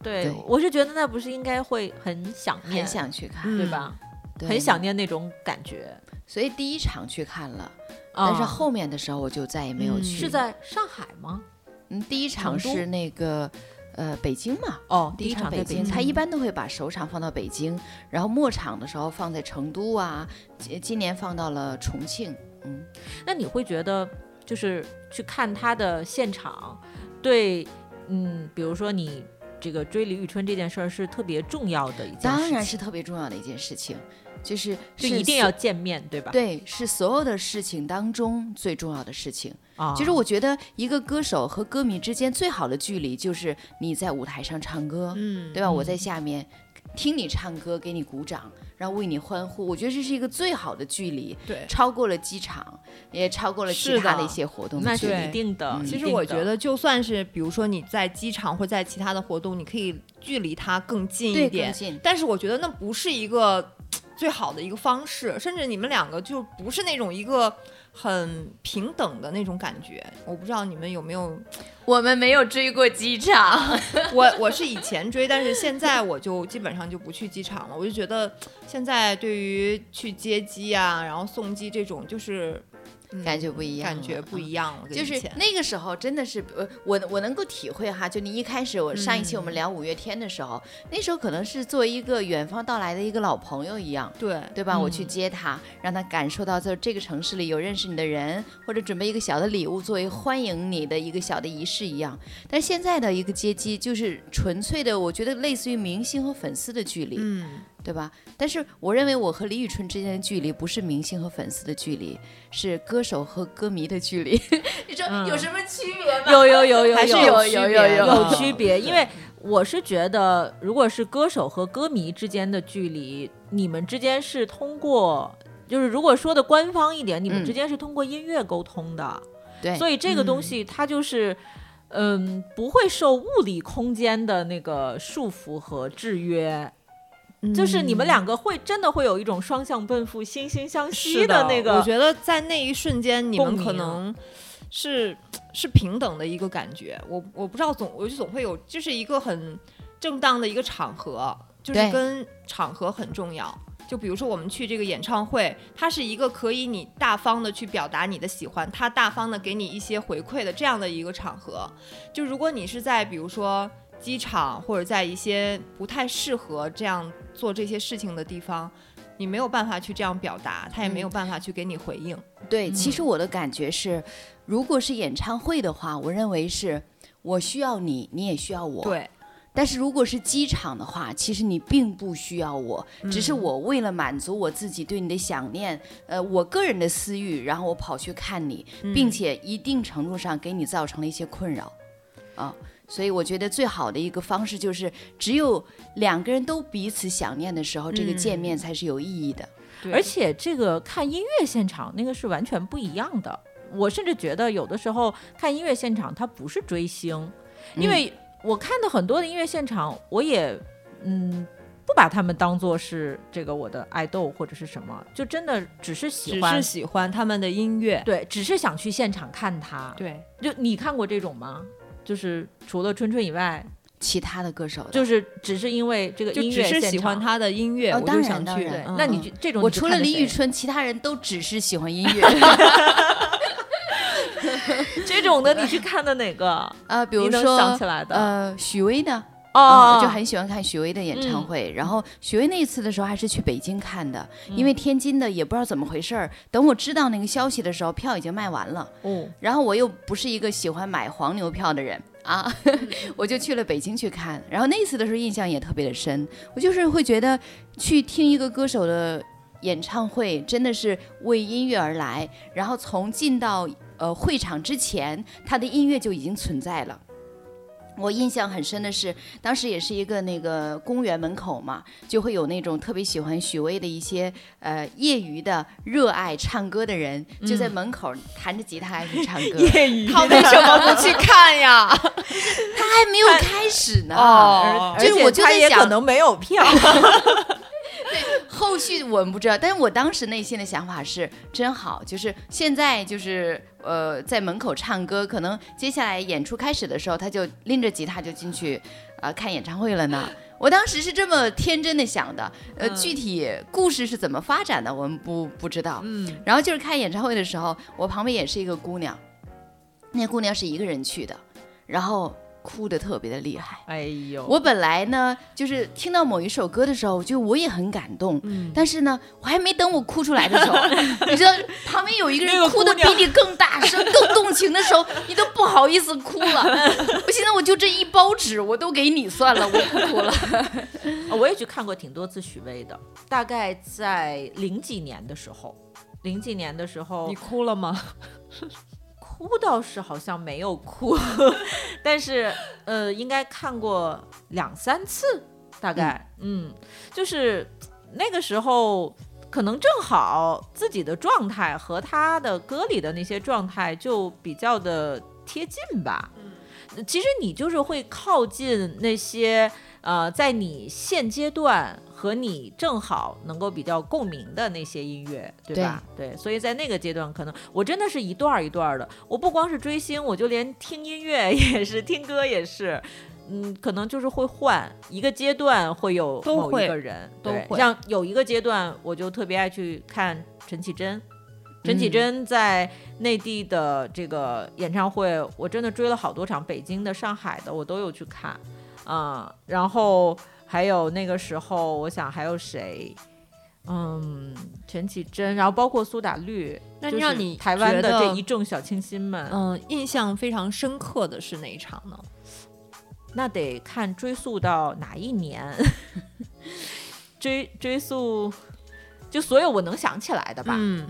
[SPEAKER 1] 对
[SPEAKER 5] 对
[SPEAKER 1] 我是觉得那不是应该会很想念，
[SPEAKER 5] 很想去看，
[SPEAKER 2] 嗯
[SPEAKER 1] 对吧？
[SPEAKER 5] 对
[SPEAKER 1] 很想念那种感觉。
[SPEAKER 5] 所以第一场去看了，
[SPEAKER 1] 啊
[SPEAKER 5] 但是后面的时候我就再也没有
[SPEAKER 2] 嗯
[SPEAKER 5] 去。
[SPEAKER 1] 是在上海吗？
[SPEAKER 5] 嗯，第一场
[SPEAKER 1] 成都
[SPEAKER 5] 是那个呃北京嘛，
[SPEAKER 1] 哦，第
[SPEAKER 5] 一
[SPEAKER 1] 场
[SPEAKER 5] 北
[SPEAKER 1] 在
[SPEAKER 5] 京，
[SPEAKER 1] 京，
[SPEAKER 5] 他一般都会把首场放到北京，然后末场的时候放在成都啊，今今年放到了重庆。嗯，
[SPEAKER 1] 那你会觉得就是去看他的现场，对，嗯，比如说你这个追李宇春这件事儿是特别重要的一件事情，
[SPEAKER 5] 当然是特别重要的一件事情，就是
[SPEAKER 1] 就是一定
[SPEAKER 5] 所
[SPEAKER 1] 要见面，对吧？
[SPEAKER 5] 对，是所有的事情当中最重要的事情。
[SPEAKER 1] 啊，
[SPEAKER 5] 其实我觉得，一个歌手和歌迷之间最好的距离就是你在舞台上唱歌，
[SPEAKER 2] 嗯，
[SPEAKER 5] 对吧？我在下面听你唱歌，给你鼓掌，然后为你欢呼，我觉得这是一个最好的距离，
[SPEAKER 2] 对。
[SPEAKER 5] 超过了机场，也超过了其
[SPEAKER 2] 是
[SPEAKER 5] 他
[SPEAKER 2] 的
[SPEAKER 5] 的一些活动
[SPEAKER 1] 那
[SPEAKER 5] 的距
[SPEAKER 1] 是
[SPEAKER 5] 离。
[SPEAKER 2] 对
[SPEAKER 1] 一定的。
[SPEAKER 5] 嗯
[SPEAKER 1] 一
[SPEAKER 2] 其实
[SPEAKER 1] 定
[SPEAKER 2] 我
[SPEAKER 1] 的
[SPEAKER 2] 觉，得，就算是比如说你在机场或者在其他的活动，你可以距离它更近一
[SPEAKER 5] 对
[SPEAKER 2] 点
[SPEAKER 5] 更近，
[SPEAKER 2] 但是我觉得那不是一个最好的一个方式，甚至你们两个就不是那种一个很平等的那种感觉。我不知道你们有没有， [LAUGHS]
[SPEAKER 5] 我们没有追过机场，
[SPEAKER 2] 我我是以前追，但是现在我就基本上就不去机场了。我就觉得现在对于去接机啊，然后送机这种，就是、嗯
[SPEAKER 5] [LAUGHS] 感觉不一样了，
[SPEAKER 2] [LAUGHS] 感觉不
[SPEAKER 5] 样。
[SPEAKER 2] 一样了，跟
[SPEAKER 5] 就
[SPEAKER 2] 以
[SPEAKER 5] 是
[SPEAKER 2] 前
[SPEAKER 5] 那个时候，真的是呃，我我能够体会哈。就你一开始，我上一期
[SPEAKER 2] 嗯
[SPEAKER 5] 我们聊五月天的时候，那时候可能是作为一个远方到来的一个老朋友一样，
[SPEAKER 2] 对
[SPEAKER 5] 对吧？我去接他，让他感受到在这个城市里有认识你的人，或者准备一个小的礼物作为欢迎你的一个小的仪式一样。但是现在的一个接机，就是纯粹的，我觉得类似于明星和粉丝的距离，
[SPEAKER 2] 嗯，
[SPEAKER 5] 对吧？但是我认为我和李宇春之间的距离不是明星和粉丝的距离，是歌手和歌迷的距离。 [LAUGHS] 你说
[SPEAKER 1] 嗯
[SPEAKER 5] 有什么区别吗？
[SPEAKER 1] 有有有有
[SPEAKER 2] 还是
[SPEAKER 1] 有
[SPEAKER 2] 区
[SPEAKER 5] 有
[SPEAKER 2] 别
[SPEAKER 5] 有
[SPEAKER 2] 的
[SPEAKER 5] 有
[SPEAKER 2] [LAUGHS]
[SPEAKER 1] 有区别，因为我是觉得，如果是歌手和歌迷之间的距离，你们之间是通过。就是如果说的官方一点，你们
[SPEAKER 5] 嗯
[SPEAKER 1] 之间是通过音乐沟通的，
[SPEAKER 5] 对，
[SPEAKER 1] 所以这个
[SPEAKER 2] 嗯
[SPEAKER 1] 东西它就是，嗯，不会受物理空间的那个束缚和制约。就是
[SPEAKER 2] 嗯
[SPEAKER 1] 你们两个会真的会有一种双向奔赴、惺惺相惜
[SPEAKER 2] 是的
[SPEAKER 1] 那
[SPEAKER 2] 我
[SPEAKER 1] 个
[SPEAKER 2] 觉得在那一瞬间，你
[SPEAKER 1] 共
[SPEAKER 2] 们
[SPEAKER 1] 鸣
[SPEAKER 2] 可能是是平等的一个感觉。我我不知道总我就总会有，这是一个很正当的一个场合，就是
[SPEAKER 5] 对
[SPEAKER 2] 跟场合很重要。就比如说我们去这个演唱会，它是一个可以你大方的去表达你的喜欢，它大方的给你一些回馈的这样的一个场合。就如果你是在比如说机场或者在一些不太适合这样做这些事情的地方，你没有办法去这样表达，他也
[SPEAKER 5] 嗯
[SPEAKER 2] 没有办法去给你回应。
[SPEAKER 5] 对，其实我的感觉是，如果是演唱会的话，我认为是我需要你，你也需要我。。
[SPEAKER 2] 对，
[SPEAKER 5] 但是如果是机场的话，其实你并不需要我，
[SPEAKER 1] 嗯
[SPEAKER 5] 只是我为了满足我自己对你的想念，呃，我个人的私欲，然后我跑去看你，
[SPEAKER 2] 嗯
[SPEAKER 1] 嗯
[SPEAKER 5] 并且一定程度上给你造成了一些困扰，啊。所以我觉得最好的一个方式就是，只有两个人都彼此想念的时候，这个见
[SPEAKER 1] 嗯
[SPEAKER 5] 面才是有意义的。
[SPEAKER 2] 对
[SPEAKER 1] 而且这个看音乐现场那个是完全不一样的。我甚至觉得有的时候看音乐现场它不是追星，
[SPEAKER 5] 嗯
[SPEAKER 1] 因
[SPEAKER 2] 嗯
[SPEAKER 1] 为我看的很多的音乐现场，我也嗯不把他们当做是这个我的爱豆或者是什么，就真的只是喜
[SPEAKER 2] 只
[SPEAKER 1] 欢
[SPEAKER 2] 是。喜欢他们的音乐。
[SPEAKER 1] 对，只是想去现场看他。
[SPEAKER 2] 对，
[SPEAKER 1] 就你看过这种吗？就是除了春春以外，
[SPEAKER 5] 其他的歌手的
[SPEAKER 1] 就是只是因为这个
[SPEAKER 2] 就
[SPEAKER 1] 音
[SPEAKER 2] 只
[SPEAKER 1] 乐
[SPEAKER 2] 是
[SPEAKER 1] 现
[SPEAKER 2] 喜欢
[SPEAKER 1] 场。
[SPEAKER 2] 他的音乐，
[SPEAKER 5] 哦
[SPEAKER 2] 我
[SPEAKER 5] 当
[SPEAKER 2] 就
[SPEAKER 5] 然
[SPEAKER 2] 想
[SPEAKER 5] 当
[SPEAKER 2] 去。
[SPEAKER 5] 然
[SPEAKER 2] 嗯
[SPEAKER 1] 那
[SPEAKER 2] 嗯
[SPEAKER 1] 你就这种
[SPEAKER 5] 我
[SPEAKER 1] 你就
[SPEAKER 5] 除
[SPEAKER 1] 看着
[SPEAKER 5] 了李
[SPEAKER 1] 谁
[SPEAKER 5] 宇春，其他人都只是喜欢音
[SPEAKER 1] [LAUGHS]
[SPEAKER 5] 乐
[SPEAKER 1] 这种的，你去看的哪个？
[SPEAKER 5] 啊，比
[SPEAKER 1] 你
[SPEAKER 5] 如
[SPEAKER 1] 能
[SPEAKER 5] 说
[SPEAKER 1] 想起来的
[SPEAKER 5] 呃，许巍呢？
[SPEAKER 1] 哦，嗯
[SPEAKER 5] 我呃就很喜欢看许巍的演唱会。然后许巍那一次的时候还是去北京看的，因
[SPEAKER 1] 嗯
[SPEAKER 5] 为天津的也不知道怎么回事儿。等我知道那个消息的时候，票已经卖完了。
[SPEAKER 1] 哦，
[SPEAKER 5] 然后我又不是一个喜欢买黄牛票的人啊，我就去了北京去看。然后那次的时候印象也特别的深，我就是会觉得去听一个歌手的演唱会真的是为音乐而来，然后从进到呃会场之前，他的音乐就已经存在了。我印象很深的是，当时也是一个那个公园门口嘛，就会有那种特别喜欢许巍的一些呃业余的热爱唱歌的人，就在门口弹着吉他开始唱歌。
[SPEAKER 2] 他为什么不去看呀？
[SPEAKER 5] 他还没有开始呢。
[SPEAKER 2] 哦
[SPEAKER 5] 就是我就
[SPEAKER 1] 他
[SPEAKER 5] 在
[SPEAKER 1] 也可
[SPEAKER 5] 想，
[SPEAKER 1] 能没有票。
[SPEAKER 5] 后续我们不知道，但是我当时内心的想法是，真好，就是现在就是呃，在门口唱歌，可能接下来演出开始的时候，他就拎着吉他就进去呃看演唱会了呢。我当时是这么天真的想的，呃，具体故事是怎么发展的，我们不不知道。嗯，然后就是看演唱会的时候，我旁边也是一个姑娘，那姑娘是一个人去的，然后哭的特别的厉害。
[SPEAKER 1] 哎
[SPEAKER 2] 哦
[SPEAKER 1] 呦，
[SPEAKER 5] 我本来呢，就是听到某一首歌的时候，我就我也很感动，
[SPEAKER 2] 嗯
[SPEAKER 5] 但是呢，我还没等我哭出来的时候，
[SPEAKER 2] [LAUGHS]
[SPEAKER 5] 你知道旁边有一个
[SPEAKER 1] 那个
[SPEAKER 5] 人
[SPEAKER 1] 姑
[SPEAKER 5] 哭的比
[SPEAKER 1] 娘
[SPEAKER 5] 你更大声、更动情的时候，你都不好意思哭了。
[SPEAKER 2] [LAUGHS]
[SPEAKER 5] 我现在我就这一包纸，我都给你算了，我不
[SPEAKER 2] [LAUGHS]
[SPEAKER 5] 哭了。
[SPEAKER 1] 啊我也去看过挺多次许巍的，大概在零几年的时候，零几年的时候
[SPEAKER 2] [LAUGHS] 你哭了吗？
[SPEAKER 1] 哭倒是好像没有哭， [LAUGHS] 但是呃，应该看过两三次，大概嗯就是那个时候。可能正好自己的状态和他的歌里的那些状态就比较的贴近吧。嗯，其实你就是会靠近那些呃，在你现阶段和你正好能够比较共鸣的那些音乐，对吧？对所以在那个阶段，可能我真的是一段儿一段儿的，我不光是追星，我就连听音乐也是，听歌也是。嗯，可能就是会换一个阶段，会有
[SPEAKER 2] 都
[SPEAKER 1] 某一
[SPEAKER 2] 会
[SPEAKER 1] 个人，
[SPEAKER 2] 都
[SPEAKER 1] 对
[SPEAKER 2] 会
[SPEAKER 1] 像有一个阶段，我就特别爱去看陈绮贞，陈
[SPEAKER 2] 嗯
[SPEAKER 1] 绮贞在内地的这个演唱会，我真的追了好多场，北京的、上海的，我都有去看，啊、然后还有那个时候，我想还有谁，嗯，陈绮贞，然后包括苏打绿，
[SPEAKER 2] 那
[SPEAKER 1] 就是
[SPEAKER 2] 让你
[SPEAKER 1] 台湾的
[SPEAKER 2] 觉得
[SPEAKER 1] 这一众小清新们，
[SPEAKER 2] 嗯，印象非常深刻的是哪一场呢？
[SPEAKER 1] 那得看追溯到哪一年， [LAUGHS] 追追溯，就所有我能想起来的吧，
[SPEAKER 2] 嗯，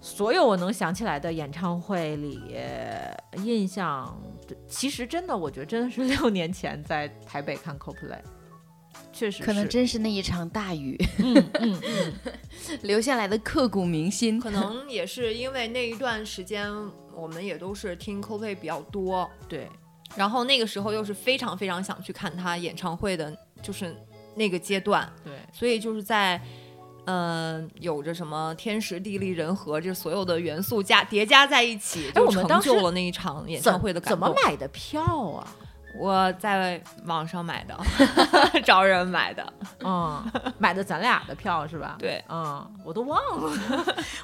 [SPEAKER 1] 所有我能想起来的演唱会里，印象其实真的，我觉得真的是六年前在台北看 CoPlay，确实
[SPEAKER 5] 可能
[SPEAKER 1] 是
[SPEAKER 5] 真是那一场大雨 [LAUGHS]
[SPEAKER 1] 嗯嗯嗯，
[SPEAKER 5] 留下来的刻骨铭心。
[SPEAKER 2] 可能也是因为那一段时间，我们也都是听 c o p y 比较多，
[SPEAKER 1] 对，
[SPEAKER 2] 然后那个时候又是非常非常想去看他演唱会的，就是那个阶段，
[SPEAKER 1] 对，
[SPEAKER 2] 所以就是在。呃，有着什么天时地利人和，这所有的元素加叠加在一起，
[SPEAKER 1] 哎
[SPEAKER 2] 就
[SPEAKER 1] 我们当
[SPEAKER 2] 成
[SPEAKER 1] 时
[SPEAKER 2] 就了那一场演唱会的感
[SPEAKER 1] 怎
[SPEAKER 2] 动。
[SPEAKER 1] 么？买的票啊？
[SPEAKER 2] 我在网上买的， [LAUGHS] 找人买的。
[SPEAKER 1] [LAUGHS] 嗯，买的咱俩的票是吧？
[SPEAKER 2] 对
[SPEAKER 1] 嗯，我都忘了。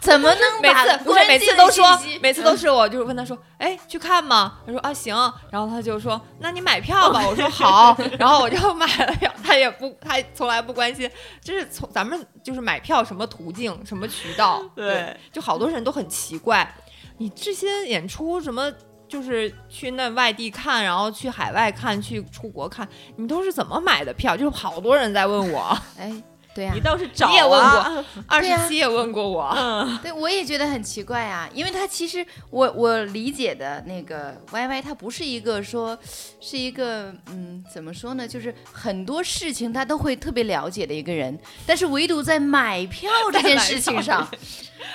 [SPEAKER 5] 怎么能
[SPEAKER 2] [LAUGHS] 每
[SPEAKER 5] 把
[SPEAKER 2] 次不是每次都说
[SPEAKER 3] 关键的信息，
[SPEAKER 2] 每次都是我就是问他说，哎，去看吗？他说啊行，然后他就说，那你买票吧。我说好，然后我就买了票。他也不，他从来不关心，这是从咱们就是买票什么途径、什么渠道，
[SPEAKER 1] 对
[SPEAKER 2] 就好多人都很奇怪，你这些演出什么。就是去那外地看，然后去海外看，去出国看，你都是怎么买的票？就是好多人在问我，
[SPEAKER 5] 哎，对呀、
[SPEAKER 1] 你倒是找、啊，嗯
[SPEAKER 2] 你也问过，二
[SPEAKER 5] 对呀
[SPEAKER 2] 十七也问过我，
[SPEAKER 5] 对，我也觉得很奇怪啊，因为他其实我我理解的那个 Y Y，他不是一个说是一个嗯，怎么说呢，就是很多事情他都会特别了解的一个人，但是唯独在买票这件事
[SPEAKER 2] [LAUGHS]
[SPEAKER 5] 情上，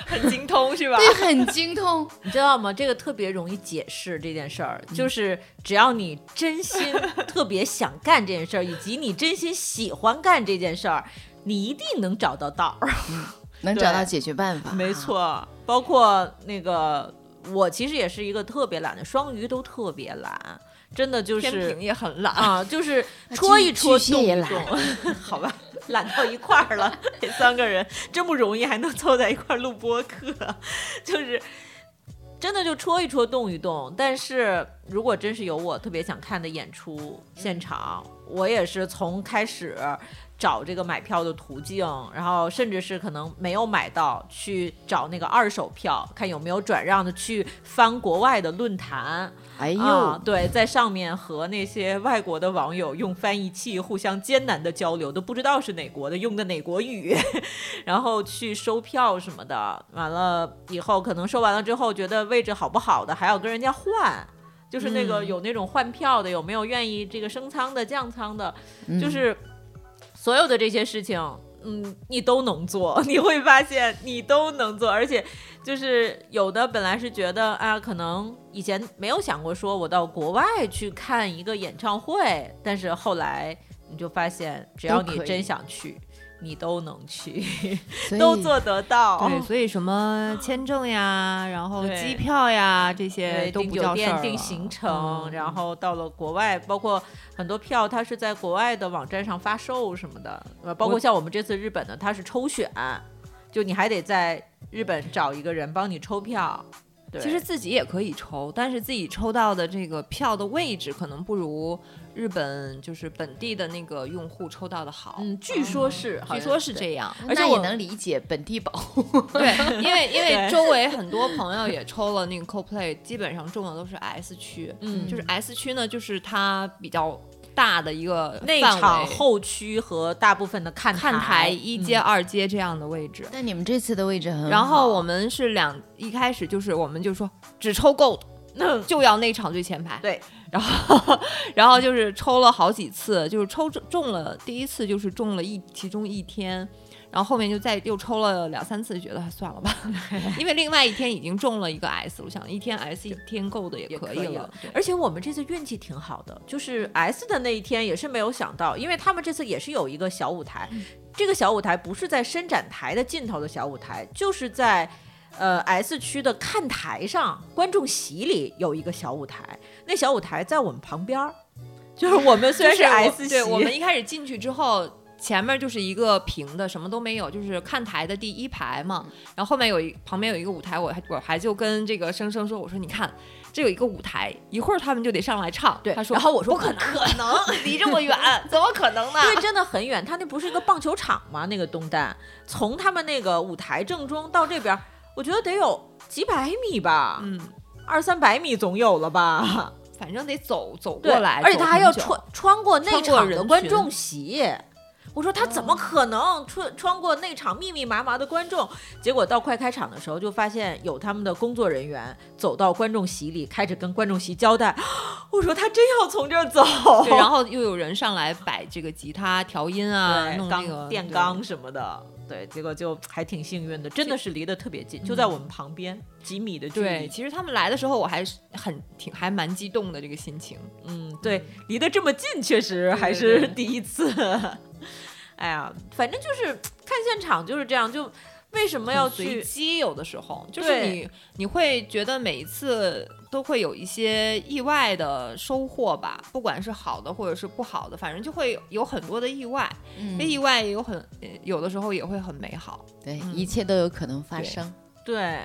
[SPEAKER 2] 很精通是吧？
[SPEAKER 5] 对，很精通。
[SPEAKER 1] 你知道吗？这个特别容易解释这件事儿，就是只要你真心特别想干这件事儿，以及你真心喜欢干这件事儿，你一定能找到道儿。
[SPEAKER 5] 能找到解决办法，
[SPEAKER 1] 没。错， [LAUGHS] 包括那个我其实也是一个特别懒的，双鱼都特别懒，真的就
[SPEAKER 2] 天
[SPEAKER 1] 是
[SPEAKER 2] 平也很懒。
[SPEAKER 1] 啊，就是戳一戳
[SPEAKER 5] 巨巨
[SPEAKER 1] 动
[SPEAKER 5] 蟹也
[SPEAKER 1] 一动， [LAUGHS] 好吧，懒到一块儿了，这三个人真不容易，还能凑在一块儿录播客， [LAUGHS] 就是真的就戳一戳动一动。但是如果真是有我特别想看的演出现场，我也是从开始。找这个买票的途径，然后甚至是可能没有买到，去找那个二手票，看有没有转让的，去翻国外的论坛，
[SPEAKER 5] 哎呦，
[SPEAKER 1] 啊，对，在上面和那些外国的网友用翻译器互相艰难的交流，都不知道是哪国的，用的哪国语， [LAUGHS] 然后去收票什么的。完了以后，可能收完了之后，觉得位置好不好的，还要跟人家换。就是那个有那种换票的，有没有愿意这个升舱的、降舱的，
[SPEAKER 5] 嗯
[SPEAKER 1] 就是所有的这些事情，嗯，你都能做， [LAUGHS] 你会发现你都能做，而且就是有的本来是觉得啊，可能以前没有想过说我到国外去看一个演唱会，但是后来你就发现，只要
[SPEAKER 5] 都
[SPEAKER 1] 你
[SPEAKER 5] 可以
[SPEAKER 1] 真想去，你都能去，
[SPEAKER 5] 所以
[SPEAKER 1] [LAUGHS] 都做得到。 [LAUGHS]
[SPEAKER 2] 对，所以什么签证呀，然后
[SPEAKER 1] 哦对
[SPEAKER 2] 机票呀，这些
[SPEAKER 1] 对，
[SPEAKER 2] 都
[SPEAKER 1] 订
[SPEAKER 2] 不
[SPEAKER 1] 酒
[SPEAKER 2] 叫事儿
[SPEAKER 1] 店、
[SPEAKER 2] 了
[SPEAKER 1] 订行程，
[SPEAKER 2] 嗯
[SPEAKER 1] 然后到了国外，包括很多票，它是在国外的网站上发售什么的，呃包括像我们这次日本的，它是抽选，就你还得在日本找一个人帮你抽票。对，
[SPEAKER 2] 其实自己也可以抽，但是自己抽到的这个票的位置可能不如日本就是本地的那个用户抽到的好。
[SPEAKER 1] 嗯，据说是，好像
[SPEAKER 2] 据说是
[SPEAKER 1] 对。
[SPEAKER 2] 这样，
[SPEAKER 5] 那
[SPEAKER 1] 而且
[SPEAKER 5] 也
[SPEAKER 1] 我
[SPEAKER 5] 能理解本地保护，
[SPEAKER 2] 对，
[SPEAKER 1] [LAUGHS]
[SPEAKER 2] 因为因为
[SPEAKER 1] 对
[SPEAKER 2] 周围很多朋友也抽了那个 Coldplay，基本上中的都是 S 区，
[SPEAKER 1] 嗯
[SPEAKER 2] 就是 S 区呢，就是它比较大的一个
[SPEAKER 1] 内
[SPEAKER 2] 范
[SPEAKER 1] 场
[SPEAKER 2] 围
[SPEAKER 1] 后区和大部分的看
[SPEAKER 2] 看台
[SPEAKER 1] 台嗯
[SPEAKER 2] 一阶、二阶这样的位置。
[SPEAKER 5] 但你们这次的位置很好，
[SPEAKER 2] 然后我们是两一开始就是我们就说只抽 gold，
[SPEAKER 1] 嗯
[SPEAKER 2] 就要那场最前排。
[SPEAKER 1] 对，
[SPEAKER 2] 然后然后就是抽了好几次，就是抽中中了第一次就是中了一其中一天，然后后面就再又抽了两三次，觉得哎算
[SPEAKER 1] [LAUGHS]
[SPEAKER 2] 了吧，因为另外一天已经中了一个 S，我想一天 S 一天 gold 也可以
[SPEAKER 1] 可以
[SPEAKER 2] 了
[SPEAKER 1] 了。
[SPEAKER 2] 对
[SPEAKER 1] 而且我们这次运气挺好的，就是 S 的那一天也是没有想到，因为他们这次也是有一个小舞台，
[SPEAKER 2] 嗯
[SPEAKER 1] 这个小舞台不是在伸展台的尽头的小舞台，就是在。呃，S 区的看台上，观众席里有一个小舞台，那小舞台在我们旁边儿，就是我们虽
[SPEAKER 2] 就
[SPEAKER 1] 然
[SPEAKER 2] 是
[SPEAKER 1] S 区，
[SPEAKER 2] 我对我们一开始进去之后，前面就是一个平的，什么都没有，就是看台的第一排嘛。
[SPEAKER 1] 嗯
[SPEAKER 2] 然后后面有一旁边有一个舞台，我还我还就跟这个生生说，我说你看这有一个舞台，一会儿他们就得上来唱。
[SPEAKER 1] 对
[SPEAKER 2] 他说，
[SPEAKER 1] 然后我说
[SPEAKER 2] 不可能，啊
[SPEAKER 1] 可能，
[SPEAKER 2] 离这
[SPEAKER 5] [LAUGHS]
[SPEAKER 2] 么远，怎么可能呢？
[SPEAKER 1] 因为真的很远，他那不是一个棒球场吗？那个东单，从他们那个舞台正中到这边儿，我觉得得有几百米吧，
[SPEAKER 2] 嗯，
[SPEAKER 1] 二三百米总有了
[SPEAKER 2] [LAUGHS]
[SPEAKER 1] 吧？
[SPEAKER 2] 反正得走走
[SPEAKER 1] 对，
[SPEAKER 2] 过来，
[SPEAKER 1] 而且
[SPEAKER 2] 走
[SPEAKER 1] 他还
[SPEAKER 2] 很
[SPEAKER 1] 要
[SPEAKER 2] 久
[SPEAKER 1] 穿穿过内
[SPEAKER 2] 穿过
[SPEAKER 1] 场的
[SPEAKER 2] 人群哦
[SPEAKER 1] 观众席。我说他怎么可能穿穿过内场密密麻麻的观众？结果到快开场的时候，就发现有他们的工作人员走到观众席里，开始跟观众席交代。 [GASPS] 我说他真要从这儿走，
[SPEAKER 2] 对，
[SPEAKER 1] 哦
[SPEAKER 2] 然后又有人上来摆这个吉他调音啊，
[SPEAKER 1] 对
[SPEAKER 2] 弄那
[SPEAKER 1] 钢、
[SPEAKER 2] 个
[SPEAKER 1] 电
[SPEAKER 2] 对
[SPEAKER 1] 钢什么的。对，结果就还挺幸运的，真的是离得特别近，就在我们旁边几米的距
[SPEAKER 2] 嗯对，
[SPEAKER 1] 离。
[SPEAKER 2] 其实他们来的时候，我还是很挺还蛮激动的这个心情。
[SPEAKER 5] 嗯
[SPEAKER 1] [LAUGHS] 嗯，对，离得这么近，确实还
[SPEAKER 2] 对对
[SPEAKER 1] 是第一次。哎呀，反正就是看现场就是这样，就为什么要
[SPEAKER 2] 很随
[SPEAKER 1] 去？
[SPEAKER 2] 机，有的时候就是
[SPEAKER 1] 对
[SPEAKER 2] 你你会觉得每一次都会有一些意外的收获吧，不管是好的或者是不好的，反正就会有很多的意外，
[SPEAKER 1] 嗯
[SPEAKER 2] 这意外也有很呃有的时候也会很美好。
[SPEAKER 5] 对，一切都有可能发
[SPEAKER 2] 对
[SPEAKER 5] 生。
[SPEAKER 1] 对，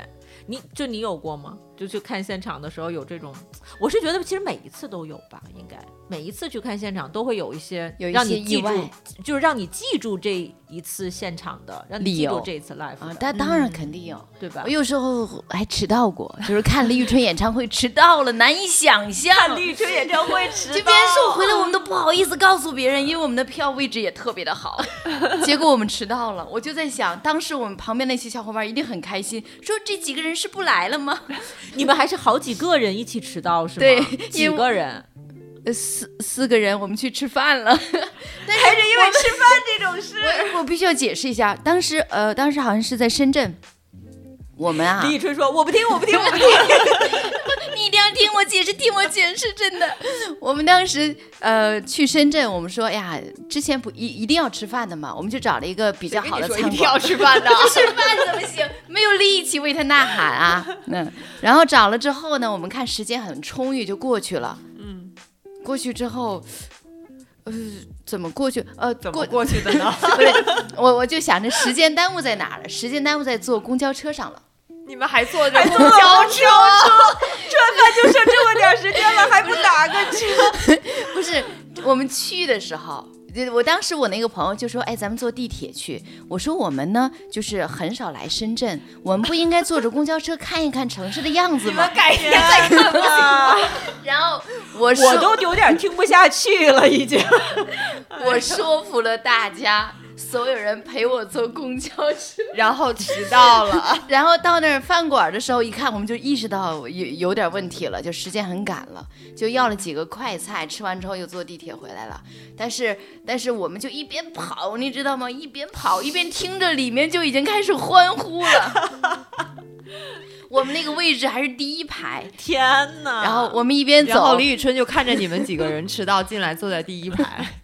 [SPEAKER 1] 你就你有过吗？就去看现场的时候有这种，我是觉得其实每一次都有吧，应该每一次去看现场都会有一些
[SPEAKER 5] 有一
[SPEAKER 1] 让
[SPEAKER 5] 些
[SPEAKER 1] 你记
[SPEAKER 5] 意
[SPEAKER 1] 住
[SPEAKER 5] 外，
[SPEAKER 1] 就是让你记住这一次现场的，让你
[SPEAKER 5] 理
[SPEAKER 1] 记住
[SPEAKER 5] 由
[SPEAKER 1] 这一次 live
[SPEAKER 5] 啊
[SPEAKER 1] 的，
[SPEAKER 5] 但哎当然肯定有。
[SPEAKER 1] 对吧
[SPEAKER 5] 我？有时候还迟到过，就是看了玉春演唱会迟到了，难以想象。
[SPEAKER 1] 立春演唱会迟
[SPEAKER 5] [LAUGHS] 这边数回来，我们都不好意思告诉别人，因为我们的票位置也特别的 [LAUGHS] 好。结果我们迟到了，我就在想，当时我们旁边那些小伙伴一定很开心，说这几个人是不来了吗？
[SPEAKER 1] 你们还是好几个人一起迟到是吗？
[SPEAKER 5] 对
[SPEAKER 1] 几
[SPEAKER 5] 因为
[SPEAKER 1] 个人？
[SPEAKER 5] 呃，四四个人，我们去吃饭了。 [LAUGHS] 但
[SPEAKER 1] 还是因为吃饭这种事。
[SPEAKER 5] 我我必须要解释一下，当时呃，当时好像是在深圳，我们啊，
[SPEAKER 1] 李宇春说：“我不听，我不听，我不听。
[SPEAKER 5] [LAUGHS] 你一定要听我解释，听我解释，真的。我们当时呃去深圳，我们说，哎呀，之前不一一定要吃饭的嘛，我们就找了一个比较好的餐馆。
[SPEAKER 2] 吃饭
[SPEAKER 5] [LAUGHS]
[SPEAKER 2] 的，
[SPEAKER 5] 吃饭怎么行？没有力气为他呐
[SPEAKER 2] [LAUGHS]
[SPEAKER 5] 喊啊！嗯，然后找了之后呢，我们看时间很充裕，就过去了。嗯，过去之后，呃，怎么过去？呃，
[SPEAKER 2] 怎
[SPEAKER 5] 过
[SPEAKER 2] 么过去的呢？
[SPEAKER 5] [LAUGHS] 不对，我我就想着时间耽误在哪儿了？时间耽误在坐公交车上了。
[SPEAKER 2] 你们还坐着公交车？
[SPEAKER 1] 就剩这么点时间了，还不打个车？
[SPEAKER 5] [LAUGHS] 不是，我们去的时候。就我当时我那个朋友就说：“哎，咱们坐地铁去。”我说：“我们呢，就是很少来深圳，我们不应该坐着公交车看一看城市的样子吗
[SPEAKER 2] [LAUGHS]
[SPEAKER 1] 改天再看吧。？”
[SPEAKER 5] 然后我说：“
[SPEAKER 1] 我都有点听不下去了，已经。
[SPEAKER 5] [LAUGHS] 我说服了大家，所有人陪我坐公交车。
[SPEAKER 2] 然后迟到了，
[SPEAKER 5] [LAUGHS] 然后到那儿饭馆的时候，一看我们就意识到有有点问题了，就时间很赶了，就要了几个快菜，吃完之后又坐地铁回来了。但是但是我们就一边跑，你知道吗？一边跑一边听着里面就已经开始欢呼了。 [LAUGHS] 我们那个位置还是第一排，
[SPEAKER 1] 天哪！
[SPEAKER 5] 然后我们一边
[SPEAKER 2] 啊然后
[SPEAKER 5] 走，
[SPEAKER 2] 李宇春就看着你们几个人迟到进来，坐在第一排。
[SPEAKER 1] [LAUGHS]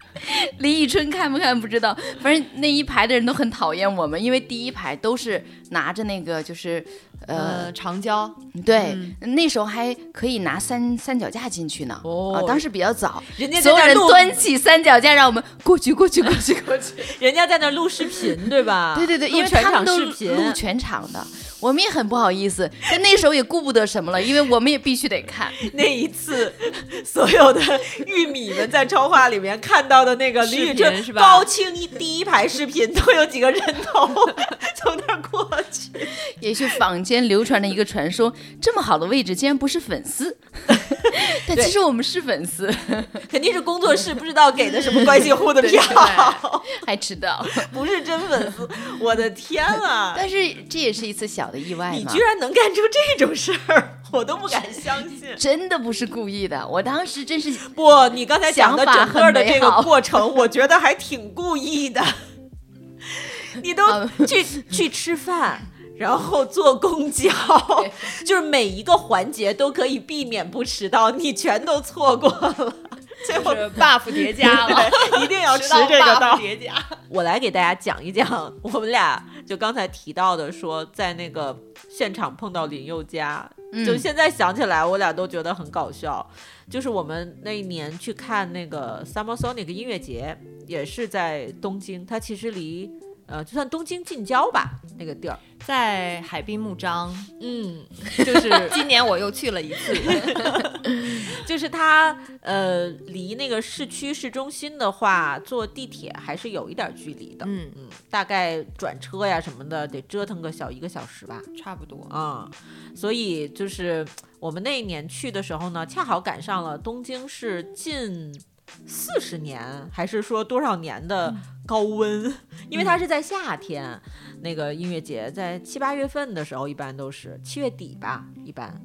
[SPEAKER 5] 林以春看不看不知道，反正那一排的人都很讨厌我们，因为第一排都是拿着那个就是，呃，
[SPEAKER 2] 呃，长焦，
[SPEAKER 5] 对，那时候还可以拿三三脚架进去呢。
[SPEAKER 1] 嗯哦
[SPEAKER 5] 啊，当时比较早，
[SPEAKER 1] 人家
[SPEAKER 5] 所
[SPEAKER 1] 在
[SPEAKER 5] 有
[SPEAKER 1] 那儿
[SPEAKER 5] 人
[SPEAKER 1] 录，
[SPEAKER 5] 端起三脚架让我们过去，过去，过去，过
[SPEAKER 1] [LAUGHS]
[SPEAKER 5] 去。
[SPEAKER 1] 人家在那儿录视频，对吧？
[SPEAKER 5] 对对对，
[SPEAKER 1] 啊录
[SPEAKER 5] 因为
[SPEAKER 1] 全
[SPEAKER 5] 他
[SPEAKER 1] 场
[SPEAKER 5] 们都
[SPEAKER 1] 视频。
[SPEAKER 5] 录全场的，我们也很不好意思，但那时候也顾不得什么了，因为我们也必须得
[SPEAKER 1] [LAUGHS]
[SPEAKER 5] 看。
[SPEAKER 1] 那一次，所有的玉米们在超话里面看到的那个李宇
[SPEAKER 2] 视频
[SPEAKER 1] 春
[SPEAKER 2] 是吧
[SPEAKER 1] 高清一第一排视频，都有几个人头从那儿过去。
[SPEAKER 5] 也许坊间流传的一个传说，这么好的位置竟然不是
[SPEAKER 1] [LAUGHS]
[SPEAKER 5] 粉丝，但其实我们是粉丝，
[SPEAKER 1] 肯定是工作室不知道给的什么关系户的 [LAUGHS] 票，
[SPEAKER 5] 还迟到。
[SPEAKER 1] 不是真粉丝。我的天啊！
[SPEAKER 5] [LAUGHS] 但是这也是一次小的意外
[SPEAKER 1] 你
[SPEAKER 5] 嘛。
[SPEAKER 1] 居。然能干出这种事儿，我都不敢相信
[SPEAKER 5] 真的不是故意的，我当时真是
[SPEAKER 1] 不，你刚才讲的
[SPEAKER 5] 想法
[SPEAKER 1] 整个的
[SPEAKER 5] 很美
[SPEAKER 1] 这个
[SPEAKER 5] 好
[SPEAKER 1] 过程，我觉得还挺故意的。你都
[SPEAKER 5] 啊
[SPEAKER 1] 去去吃饭，然后坐公交，就是每一个环节都可以避免不迟到，你全都错过了。最后
[SPEAKER 2] 就是 buff 叠加了，
[SPEAKER 1] 一定要吃
[SPEAKER 2] [LAUGHS] 迟到
[SPEAKER 1] 这个
[SPEAKER 2] buff
[SPEAKER 1] 道。
[SPEAKER 2] 叠加。
[SPEAKER 1] 我来给大家讲一讲， [LAUGHS] 我们俩就刚才提到的说，在那个现场碰到林宥嘉，
[SPEAKER 5] 嗯
[SPEAKER 1] 就现在想起来，我俩都觉得很搞笑。就是我们那一年去看那个 Summer Sonic 音乐节，也是在东京，它其实离呃就算东京近郊吧，那个地儿，
[SPEAKER 2] 在海滨木张，
[SPEAKER 1] 嗯，
[SPEAKER 2] 就是 [LAUGHS] 今年我又去了一 [LAUGHS] 次，
[SPEAKER 1] 就是它呃离那个市区市中心的话，坐地铁还是有一点距离的，
[SPEAKER 2] 嗯，
[SPEAKER 1] 嗯，大概转车呀什么的得折腾个小一个小时吧。
[SPEAKER 2] 差不多。
[SPEAKER 1] 啊、所以就是我们那一年去的时候呢，恰好赶上了东京是近四十年还是说多少年的高温， [LAUGHS] 因为它是在夏天，那个音乐节在七八月份的时候，一般都是七月底吧，一般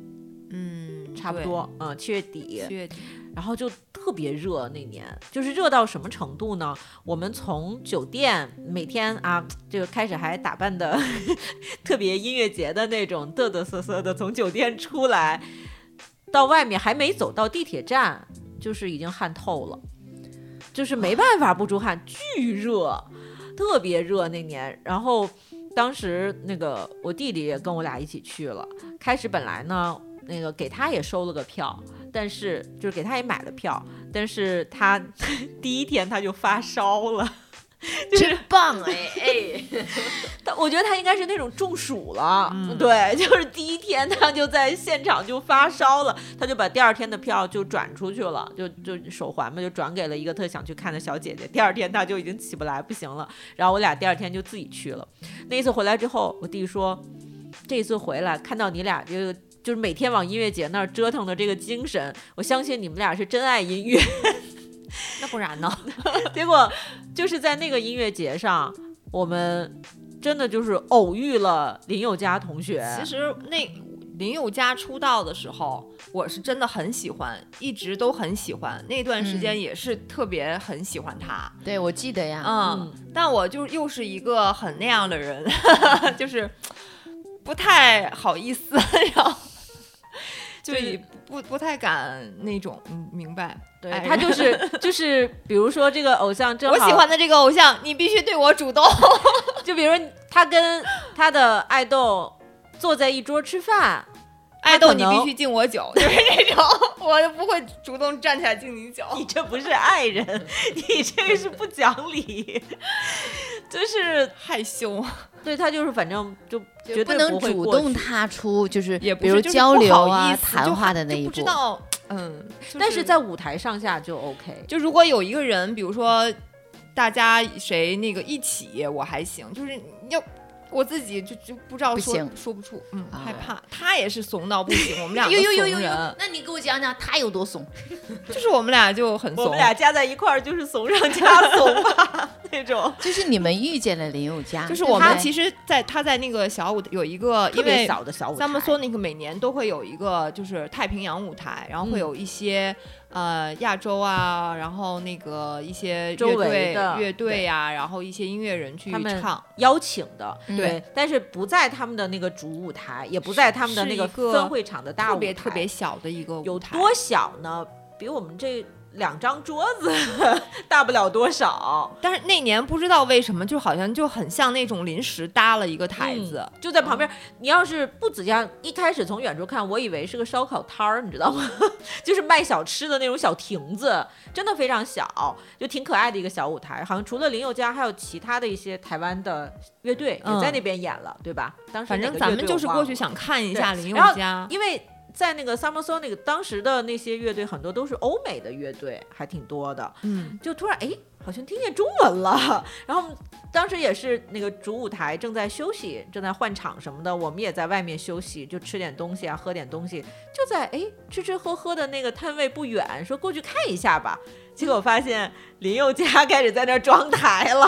[SPEAKER 2] 嗯，
[SPEAKER 1] 差不多，嗯，七月底
[SPEAKER 2] 对。，七
[SPEAKER 5] [LAUGHS]
[SPEAKER 2] 月底
[SPEAKER 1] 然后就特别热，那年就是热到什么程度呢？我们从酒店每天啊，就开始还打扮的特别音乐节的那种嘚嘚瑟瑟的，从酒店出来，到外面还没走到地铁站，就是已经汗透了，就是没办法不出汗，巨热。特别热那年，然后当时那个我弟弟也跟我俩一起去了。开始本来呢，那个给他也收了个票，但是就是给他也买了票，但是他 [LAUGHS] 第一天他就发烧了。
[SPEAKER 5] 真
[SPEAKER 2] [LAUGHS]
[SPEAKER 5] 棒哎哎！
[SPEAKER 1] 他我觉得他应该是那种中暑了，对，就是第一天他就在现场就发烧了，他就把第二天的票就转出去了，就就手环嘛，就转给了一个特想去看的小姐姐。第二天他就已经起不来，不行了。然后我俩第二天就自己去了。那一次回来之后，我弟说，这一次回来看到你俩这个。就是每天往音乐节那儿折腾的这个精神，我相信你们俩是真爱音乐。
[SPEAKER 2] [LAUGHS] 那不然呢？
[SPEAKER 1] [LAUGHS] 结果就是在那个音乐节上，我们真的就是偶遇了林宥嘉同学。
[SPEAKER 2] 其实那林宥嘉出道的时候，我是真的很喜欢，一直都很喜欢。那段时间也是特别很喜欢他，
[SPEAKER 5] 对，我记得呀，
[SPEAKER 2] 嗯，但我就又是一个很那样的人， [LAUGHS] 就是不太好意思， [LAUGHS] 然后就
[SPEAKER 1] 就是
[SPEAKER 2] 也不不太敢那种，嗯，明白？
[SPEAKER 1] 对
[SPEAKER 2] 哎
[SPEAKER 1] 他就是
[SPEAKER 2] [LAUGHS]
[SPEAKER 1] 就是，比如说这个偶像正好，
[SPEAKER 2] 我喜欢的这个偶像，你必须对我主动。
[SPEAKER 1] 就比如说他跟他的爱豆坐在一桌吃饭，
[SPEAKER 2] 爱豆，
[SPEAKER 1] 可
[SPEAKER 2] 你
[SPEAKER 1] 能
[SPEAKER 2] 必须敬我酒， [LAUGHS] 就是这种，我就不会主动站起来敬你酒。
[SPEAKER 1] 你这不是爱 [LAUGHS] 人，你这个是不讲 [LAUGHS] 理。就是
[SPEAKER 2] 害羞，
[SPEAKER 5] 啊
[SPEAKER 1] 对他就是反正就绝
[SPEAKER 5] 就
[SPEAKER 1] 对
[SPEAKER 5] 不能
[SPEAKER 1] 会
[SPEAKER 5] 主
[SPEAKER 1] 过
[SPEAKER 5] 动
[SPEAKER 1] 去
[SPEAKER 5] 踏出就是
[SPEAKER 2] 也不
[SPEAKER 5] 比如
[SPEAKER 2] 是就是
[SPEAKER 5] 交
[SPEAKER 2] 不
[SPEAKER 5] 流
[SPEAKER 2] 好
[SPEAKER 5] 啊
[SPEAKER 2] 意、思
[SPEAKER 5] 谈
[SPEAKER 2] 就
[SPEAKER 5] 话的那
[SPEAKER 2] 就
[SPEAKER 5] 一
[SPEAKER 2] 不知
[SPEAKER 5] 步。
[SPEAKER 2] 道，嗯，就
[SPEAKER 1] 但是在舞台上下就 OK。
[SPEAKER 2] 就如果有一个人，比如说大家谁那个一起，我还行，就是要。我自己就就不知道
[SPEAKER 5] 不
[SPEAKER 2] 说
[SPEAKER 5] 行
[SPEAKER 2] 说不出，嗯，
[SPEAKER 5] 啊
[SPEAKER 2] 害怕。他也是怂到不行，我们
[SPEAKER 5] [LAUGHS]
[SPEAKER 2] 俩
[SPEAKER 5] 呦呦呦
[SPEAKER 2] 都
[SPEAKER 5] 呦
[SPEAKER 2] 怂
[SPEAKER 5] 呦
[SPEAKER 2] 人！，
[SPEAKER 5] 那你给我讲讲他有多
[SPEAKER 2] [LAUGHS]
[SPEAKER 5] 怂？
[SPEAKER 2] 就是我们俩就很
[SPEAKER 1] 我
[SPEAKER 2] 怂
[SPEAKER 1] 们。俩加在一块儿就是怂 [LAUGHS] 上加怂吧那种。
[SPEAKER 5] 就是你们遇见了林宥嘉，
[SPEAKER 2] 就是我们其
[SPEAKER 5] 实
[SPEAKER 2] 实在他在那个小舞有一个，因为
[SPEAKER 1] 的小
[SPEAKER 2] 咱们 Sonic 每年都会有一个就是太平洋舞台，
[SPEAKER 1] 嗯
[SPEAKER 2] 然后会有一些、呃亚洲啊，然后那个一些
[SPEAKER 1] 周
[SPEAKER 2] 乐
[SPEAKER 1] 围
[SPEAKER 2] 队
[SPEAKER 1] 的
[SPEAKER 2] 乐队啊，然后一些音乐人去
[SPEAKER 1] 他们
[SPEAKER 2] 唱。
[SPEAKER 1] 邀请的，
[SPEAKER 5] 嗯
[SPEAKER 1] 对，但是不在他们的那个主舞台，也不在他们的
[SPEAKER 2] 是
[SPEAKER 1] 那
[SPEAKER 2] 一个
[SPEAKER 1] 分会场的大舞
[SPEAKER 2] 特
[SPEAKER 1] 台，
[SPEAKER 2] 别特别小的一个舞
[SPEAKER 1] 有
[SPEAKER 2] 台，
[SPEAKER 1] 多小呢？比我们这两张桌子 [LAUGHS] 大不了多少，
[SPEAKER 2] 但是那年不知道为什么，就好像就很像那种临时搭了一个台子，
[SPEAKER 1] 嗯就在旁边。你要是不仔细看，一开始从远处看，我以为是个烧烤摊儿，你知道吗？ [LAUGHS] 就是卖小吃的那种小亭子，真的非常小，就挺可爱的一个小舞台。好像除了林宥嘉，还有其他的一些台湾的乐队也
[SPEAKER 2] 嗯
[SPEAKER 1] 在那边演了，对吧？当时
[SPEAKER 2] 反
[SPEAKER 1] 哪
[SPEAKER 2] 正
[SPEAKER 1] 个
[SPEAKER 2] 咱
[SPEAKER 1] 乐
[SPEAKER 2] 们
[SPEAKER 1] 队
[SPEAKER 2] 就
[SPEAKER 1] 我
[SPEAKER 2] 是
[SPEAKER 1] 忘
[SPEAKER 2] 过
[SPEAKER 1] 了
[SPEAKER 2] 去想看一
[SPEAKER 1] 对
[SPEAKER 2] 下林宥
[SPEAKER 1] 然后
[SPEAKER 2] 嘉。
[SPEAKER 1] 因为在那个 Summer Sonic 当时的那些乐队，很多都是欧美的乐队，还挺多的。
[SPEAKER 2] 嗯，
[SPEAKER 1] 就突然哎，好像听见中文了。 [LAUGHS] 然后当时也是那个主舞台正在休息，正在换场什么的，我们也在外面休息，就吃点东西啊，喝点东西。就在哎吃吃喝喝的那个摊位不远，说过去看一下吧。 [LAUGHS] 结果发现林宥嘉开始在那儿装台了，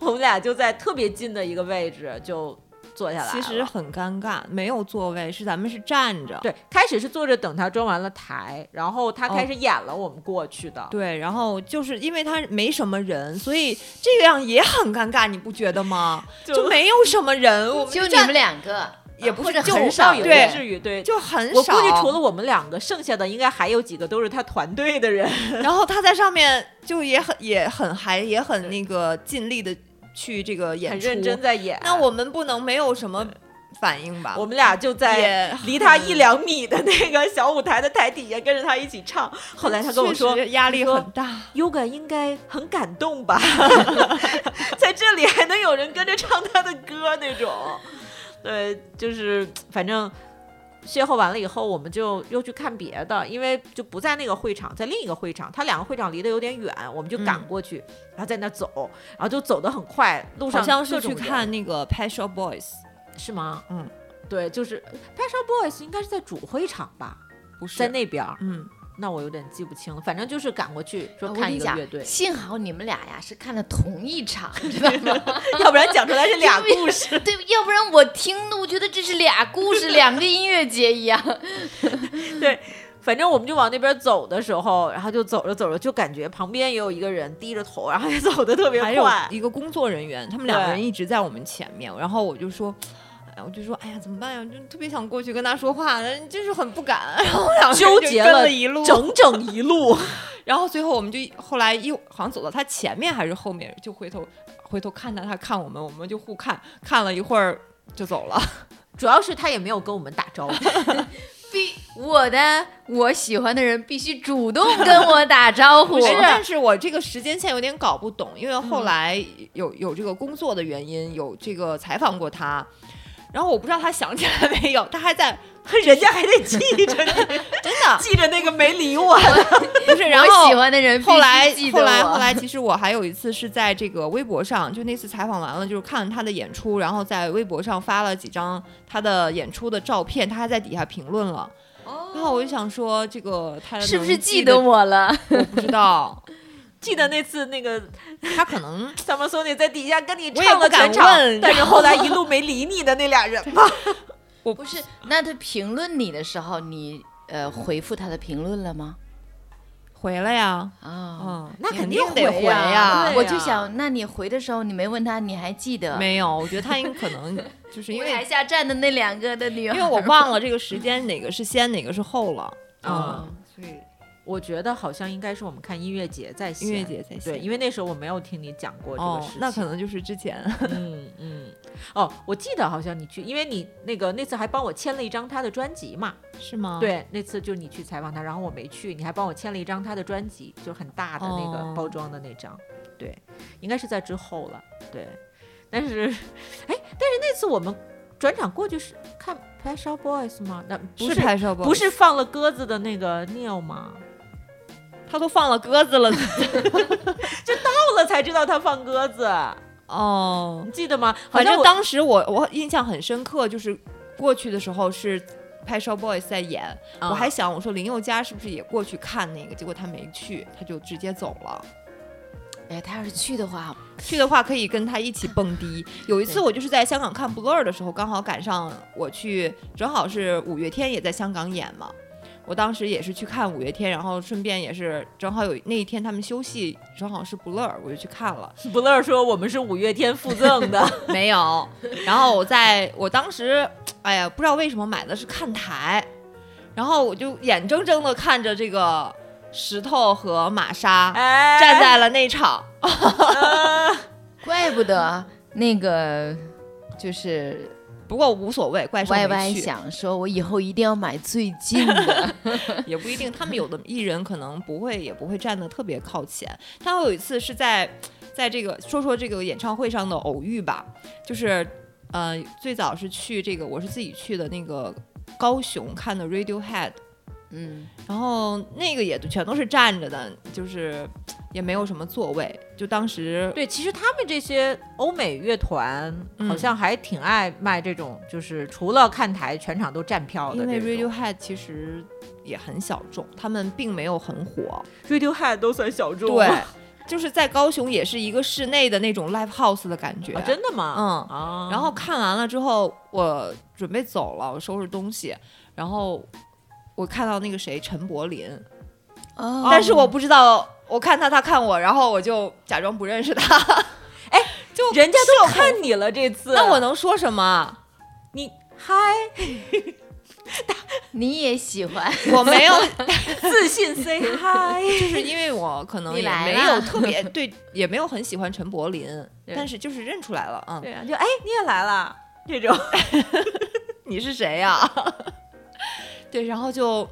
[SPEAKER 1] 我们俩就在特别近的一个位置就坐下来了。
[SPEAKER 2] 其实很尴尬，没有座位，是咱们是站着。
[SPEAKER 1] 对，开始是坐着等他装完了台，然后他开始演了，我们过去的。
[SPEAKER 2] 哦对，然后就是因为他没什么人，所以这样也很尴尬，你不觉得吗？就
[SPEAKER 1] 就
[SPEAKER 2] 没有什么人，我们
[SPEAKER 5] 就你
[SPEAKER 2] 站
[SPEAKER 5] 们两个，
[SPEAKER 2] 也不
[SPEAKER 5] 或
[SPEAKER 2] 是
[SPEAKER 5] 者
[SPEAKER 2] 就
[SPEAKER 5] 很
[SPEAKER 1] 倒
[SPEAKER 5] 少
[SPEAKER 1] 也
[SPEAKER 5] 有
[SPEAKER 2] 对
[SPEAKER 1] 不至于，对，
[SPEAKER 2] 就很
[SPEAKER 1] 我
[SPEAKER 2] 少。
[SPEAKER 1] 估计除了我们两个，剩下的应该还有几个都是他团队的人。
[SPEAKER 2] 然后他在上面就也很也很还也很那个尽力的去这个演
[SPEAKER 1] 很 [LAUGHS]
[SPEAKER 2] 出，
[SPEAKER 1] 认真在演。
[SPEAKER 2] 那我们不能没有什么反应吧？
[SPEAKER 1] 我们俩就在
[SPEAKER 2] 也
[SPEAKER 1] 离他一两米的那个小舞台的台底下跟着他一起唱。后来他跟我说
[SPEAKER 2] 确实压力
[SPEAKER 1] 说
[SPEAKER 2] 很大，
[SPEAKER 1] ，Yoga 应该很感动吧， [LAUGHS] 在这里还能有人跟着唱他的歌那种。对，就是反正邂逅完了以后，我们就又去看别的，因为就不在那个会场，在另一个会场，他两个会场离得有点远，我们就赶
[SPEAKER 2] 嗯
[SPEAKER 1] 过去，然后在那走，然后就走得很快，路上
[SPEAKER 2] 好像是
[SPEAKER 1] 各种
[SPEAKER 2] 去
[SPEAKER 1] 人
[SPEAKER 2] 看那个 p a s h o Boys，
[SPEAKER 1] 是吗？
[SPEAKER 2] 嗯，
[SPEAKER 1] 对，就是 p a s h Boys 应该是在主会场吧，
[SPEAKER 2] 不是
[SPEAKER 1] 在那边儿，
[SPEAKER 2] 嗯，
[SPEAKER 1] 那我有点记不清了，反正就是赶过去说
[SPEAKER 5] 啊
[SPEAKER 2] 啊
[SPEAKER 5] 我跟
[SPEAKER 1] 看一
[SPEAKER 5] 你
[SPEAKER 1] 个
[SPEAKER 5] 讲
[SPEAKER 1] 乐队，
[SPEAKER 5] 幸好你们俩呀是看了同一场，知道吗？
[SPEAKER 2] [LAUGHS]
[SPEAKER 1] 要不然讲出来是 [LAUGHS] 俩故事。
[SPEAKER 5] 对，要不然我听的我觉得这是俩故事，两个音乐节一样。 [LAUGHS]
[SPEAKER 1] 对，反正我们就往那边走的时候，然后就走着走着，就感觉旁边也有一个人低着头，然后也走得特别
[SPEAKER 2] 还有
[SPEAKER 1] 快。
[SPEAKER 2] 一个工作人员，他们两个
[SPEAKER 1] 对
[SPEAKER 2] 人一直在我们前面，然后我就说。哎，我就说，哎呀，怎么办呀？就特别想过去跟他说话，但是就是很不敢。 [LAUGHS] 然后两个人
[SPEAKER 1] 纠
[SPEAKER 2] 就
[SPEAKER 1] 结
[SPEAKER 2] 跟
[SPEAKER 1] 了
[SPEAKER 2] 了一路，
[SPEAKER 1] 整整一路，
[SPEAKER 2] 然后最后我们就后来又好像走到他前面还是后面，就回头回头看他，他看我们，我们就互看，看了一会儿就走了。
[SPEAKER 1] [LAUGHS] 主要是他也没有跟我们打招
[SPEAKER 2] [LAUGHS]
[SPEAKER 1] 呼，
[SPEAKER 3] 必我的我喜欢的人必须主动跟我打招
[SPEAKER 5] [LAUGHS]
[SPEAKER 3] 呼。
[SPEAKER 2] 哎但是 [LAUGHS] 我这个时间线有点搞不懂，因为
[SPEAKER 1] 嗯
[SPEAKER 2] 后来有有这个工作的原因，有这个采访过他，然后我不知道他想起来没有，他还在 [LAUGHS]
[SPEAKER 1] 人家还得记着 [LAUGHS] 你，
[SPEAKER 2] 真 [LAUGHS] 的
[SPEAKER 1] 记着那个没理我。
[SPEAKER 2] 不是，然
[SPEAKER 3] 我
[SPEAKER 2] 后
[SPEAKER 3] 喜欢的人必须
[SPEAKER 2] 后来
[SPEAKER 3] 记得
[SPEAKER 2] 后来
[SPEAKER 3] 我
[SPEAKER 2] 后来，其实我还有一次是在这个微博上，就那次采访完了，就是看了他的演出，然后在微博上发了几张他的演出的照片，他还在底下评论了。然后我就想说，这个他
[SPEAKER 3] 是不是
[SPEAKER 2] 能
[SPEAKER 3] 记
[SPEAKER 2] 记
[SPEAKER 3] 得
[SPEAKER 2] 得？
[SPEAKER 3] 我了？
[SPEAKER 2] 我不知道，
[SPEAKER 1] 记得那次那个
[SPEAKER 2] 他可能
[SPEAKER 1] 萨摩索尼在底下跟你
[SPEAKER 2] 我也
[SPEAKER 1] 唱
[SPEAKER 2] 不
[SPEAKER 1] 了全
[SPEAKER 2] 敢
[SPEAKER 1] 场，
[SPEAKER 2] 问
[SPEAKER 1] 但是后来一路没理你的那俩人吧，
[SPEAKER 5] [LAUGHS] 不是，那他评论你的时候，你呃回复他的评论了吗？
[SPEAKER 2] 回了呀。[LAUGHS] 嗯，
[SPEAKER 5] 啊、
[SPEAKER 1] 那
[SPEAKER 2] 你
[SPEAKER 1] 肯定
[SPEAKER 2] 得
[SPEAKER 1] 回
[SPEAKER 2] 回啊
[SPEAKER 1] 呀哦对啊
[SPEAKER 5] 我就
[SPEAKER 1] 呀
[SPEAKER 5] 想，那你回的时候，你没问他，你还记得？
[SPEAKER 2] 没有，我觉得他应可能就是因
[SPEAKER 3] 因
[SPEAKER 2] 为
[SPEAKER 3] 为台下站的那两个的女
[SPEAKER 2] 因
[SPEAKER 3] 孩，
[SPEAKER 2] 为我忘了这个时间哪个是先哪个是后了。
[SPEAKER 1] 啊
[SPEAKER 2] 嗯，所以
[SPEAKER 1] 我觉得好像应该是我们看音乐节在先
[SPEAKER 2] 音乐节才
[SPEAKER 1] 对，
[SPEAKER 2] 先
[SPEAKER 1] 因为那时候我没有听你讲过这个
[SPEAKER 2] 哦
[SPEAKER 1] 事情。，
[SPEAKER 2] 那可能就是之前。
[SPEAKER 1] 嗯嗯，哦，我记得好像你去，因为你那个那次还帮我签了一张他的专辑嘛。
[SPEAKER 2] 是吗？，
[SPEAKER 1] 对，那次就你去采访他，然后我没去，你还帮我签了一张他的专辑，就很大的那个
[SPEAKER 2] 哦
[SPEAKER 1] 包装的那张。对，应该是在之后了。对，但是，哎，但是那次我们转场过去是看 p a s h a Boys 吗？那不
[SPEAKER 2] 是
[SPEAKER 1] 是
[SPEAKER 2] 拍摄不？
[SPEAKER 1] 不是放了鸽子的那个 Neil 吗？
[SPEAKER 2] 他都放了鸽子 [LAUGHS] 了。
[SPEAKER 1] 后了才知道他放鸽子，
[SPEAKER 2] 哦
[SPEAKER 1] 你，记得吗？好
[SPEAKER 2] 反
[SPEAKER 1] 像
[SPEAKER 2] 正
[SPEAKER 1] 我
[SPEAKER 2] 当时我我印象很深刻，就是过去的时候是。拍摄 boys 在演，
[SPEAKER 1] 啊
[SPEAKER 2] 我还想我说林宥嘉是不是也过去看那个，结果他没去，他就直接走了。
[SPEAKER 5] 哎，他要是去的话，
[SPEAKER 2] 去的话可以跟他一起蹦迪。有一次我就是在香港看 Blur 的时候，刚好赶上我去，正好是五月天也在香港演嘛。我当时也是去看五月天，然后顺便也是正好有那一天他们休息，正好是 Blur，我就去看了。
[SPEAKER 1] 不乐说我们是五月天附赠的，
[SPEAKER 2] [LAUGHS] 没有。然后我在我当时，哎呀，不知道为什么买的是看台，然后我就眼睁睁的看着这个石头和玛莎
[SPEAKER 1] 哎，
[SPEAKER 2] 站在了内场。
[SPEAKER 5] [LAUGHS] 怪不得那个就是
[SPEAKER 2] 不过无所谓，怪兽
[SPEAKER 5] 歪
[SPEAKER 2] 没
[SPEAKER 5] 歪
[SPEAKER 2] 去，
[SPEAKER 5] 想说，我以后一定要买最
[SPEAKER 2] [LAUGHS]
[SPEAKER 5] 近的。
[SPEAKER 2] 也不一定。他们有的艺人可能不会，也不会站的特别靠前。但我有一次是在，在这个说说这个演唱会上的偶遇吧，就是，呃，最早是去这个我是自己去的那个高雄看的 Radiohead，
[SPEAKER 5] 嗯，
[SPEAKER 2] 然后那个也全都是站着的，就是也没有什么座位。就当时
[SPEAKER 1] 对，其实他们这些欧美乐团好
[SPEAKER 2] 嗯
[SPEAKER 1] 像还挺爱卖这种，就是除了看台，全场都站票的
[SPEAKER 2] 因
[SPEAKER 1] 这
[SPEAKER 2] 为
[SPEAKER 1] 种。
[SPEAKER 2] Radiohead 其实也很小众，他们并没有很火。
[SPEAKER 1] Radiohead 都算小众
[SPEAKER 2] 对，就是在高雄也是一个室内的那种 live house 的感觉。
[SPEAKER 1] 啊，真的吗？
[SPEAKER 2] 嗯
[SPEAKER 1] 啊，
[SPEAKER 2] 然后看完了之后，我准备走了，我收拾东西，然后我看到那个谁陈柏霖，
[SPEAKER 5] 哦，
[SPEAKER 2] 但是我不知道，我看他，他看我，然后我就假装不认识他。 [LAUGHS]
[SPEAKER 1] 哎，
[SPEAKER 2] 就
[SPEAKER 1] 人家
[SPEAKER 2] 是
[SPEAKER 1] 都
[SPEAKER 2] 有
[SPEAKER 1] 看你了，这次
[SPEAKER 2] 那我能说什么？
[SPEAKER 1] 你嗨，
[SPEAKER 5] 你也喜欢，
[SPEAKER 2] 我没有，
[SPEAKER 1] 自
[SPEAKER 2] [LAUGHS]
[SPEAKER 1] 信 say hi，
[SPEAKER 2] 就是因为我可能
[SPEAKER 5] 你
[SPEAKER 2] 也
[SPEAKER 5] 来
[SPEAKER 2] 没
[SPEAKER 5] 了
[SPEAKER 2] 有特别对，也没有很喜欢陈柏霖，
[SPEAKER 1] 对
[SPEAKER 2] 但是就是认出来了啊、嗯。
[SPEAKER 1] 对啊，就哎你也来了这种，
[SPEAKER 2] 你是谁呀、 [LAUGHS] 对，然后就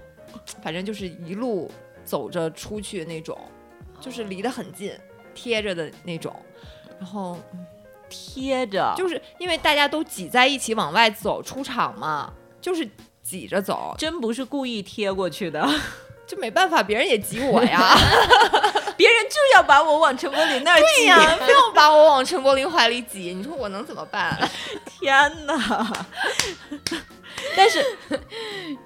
[SPEAKER 2] 反正就是一路走着出去那种，就是离得很近，贴着的那种。然后
[SPEAKER 1] 贴着
[SPEAKER 2] 就是因为大家都挤在一起往外走，出场嘛，就是挤着走，
[SPEAKER 1] 真不是故意贴过去的， [LAUGHS]
[SPEAKER 2] 就没办法，别人也挤我呀。
[SPEAKER 1] 别人就要把我往陈柏霖那儿
[SPEAKER 2] 对
[SPEAKER 1] 挤。
[SPEAKER 2] 呀，非要把我往陈柏霖怀里挤，你说我能怎么办？
[SPEAKER 1] 天哪！但是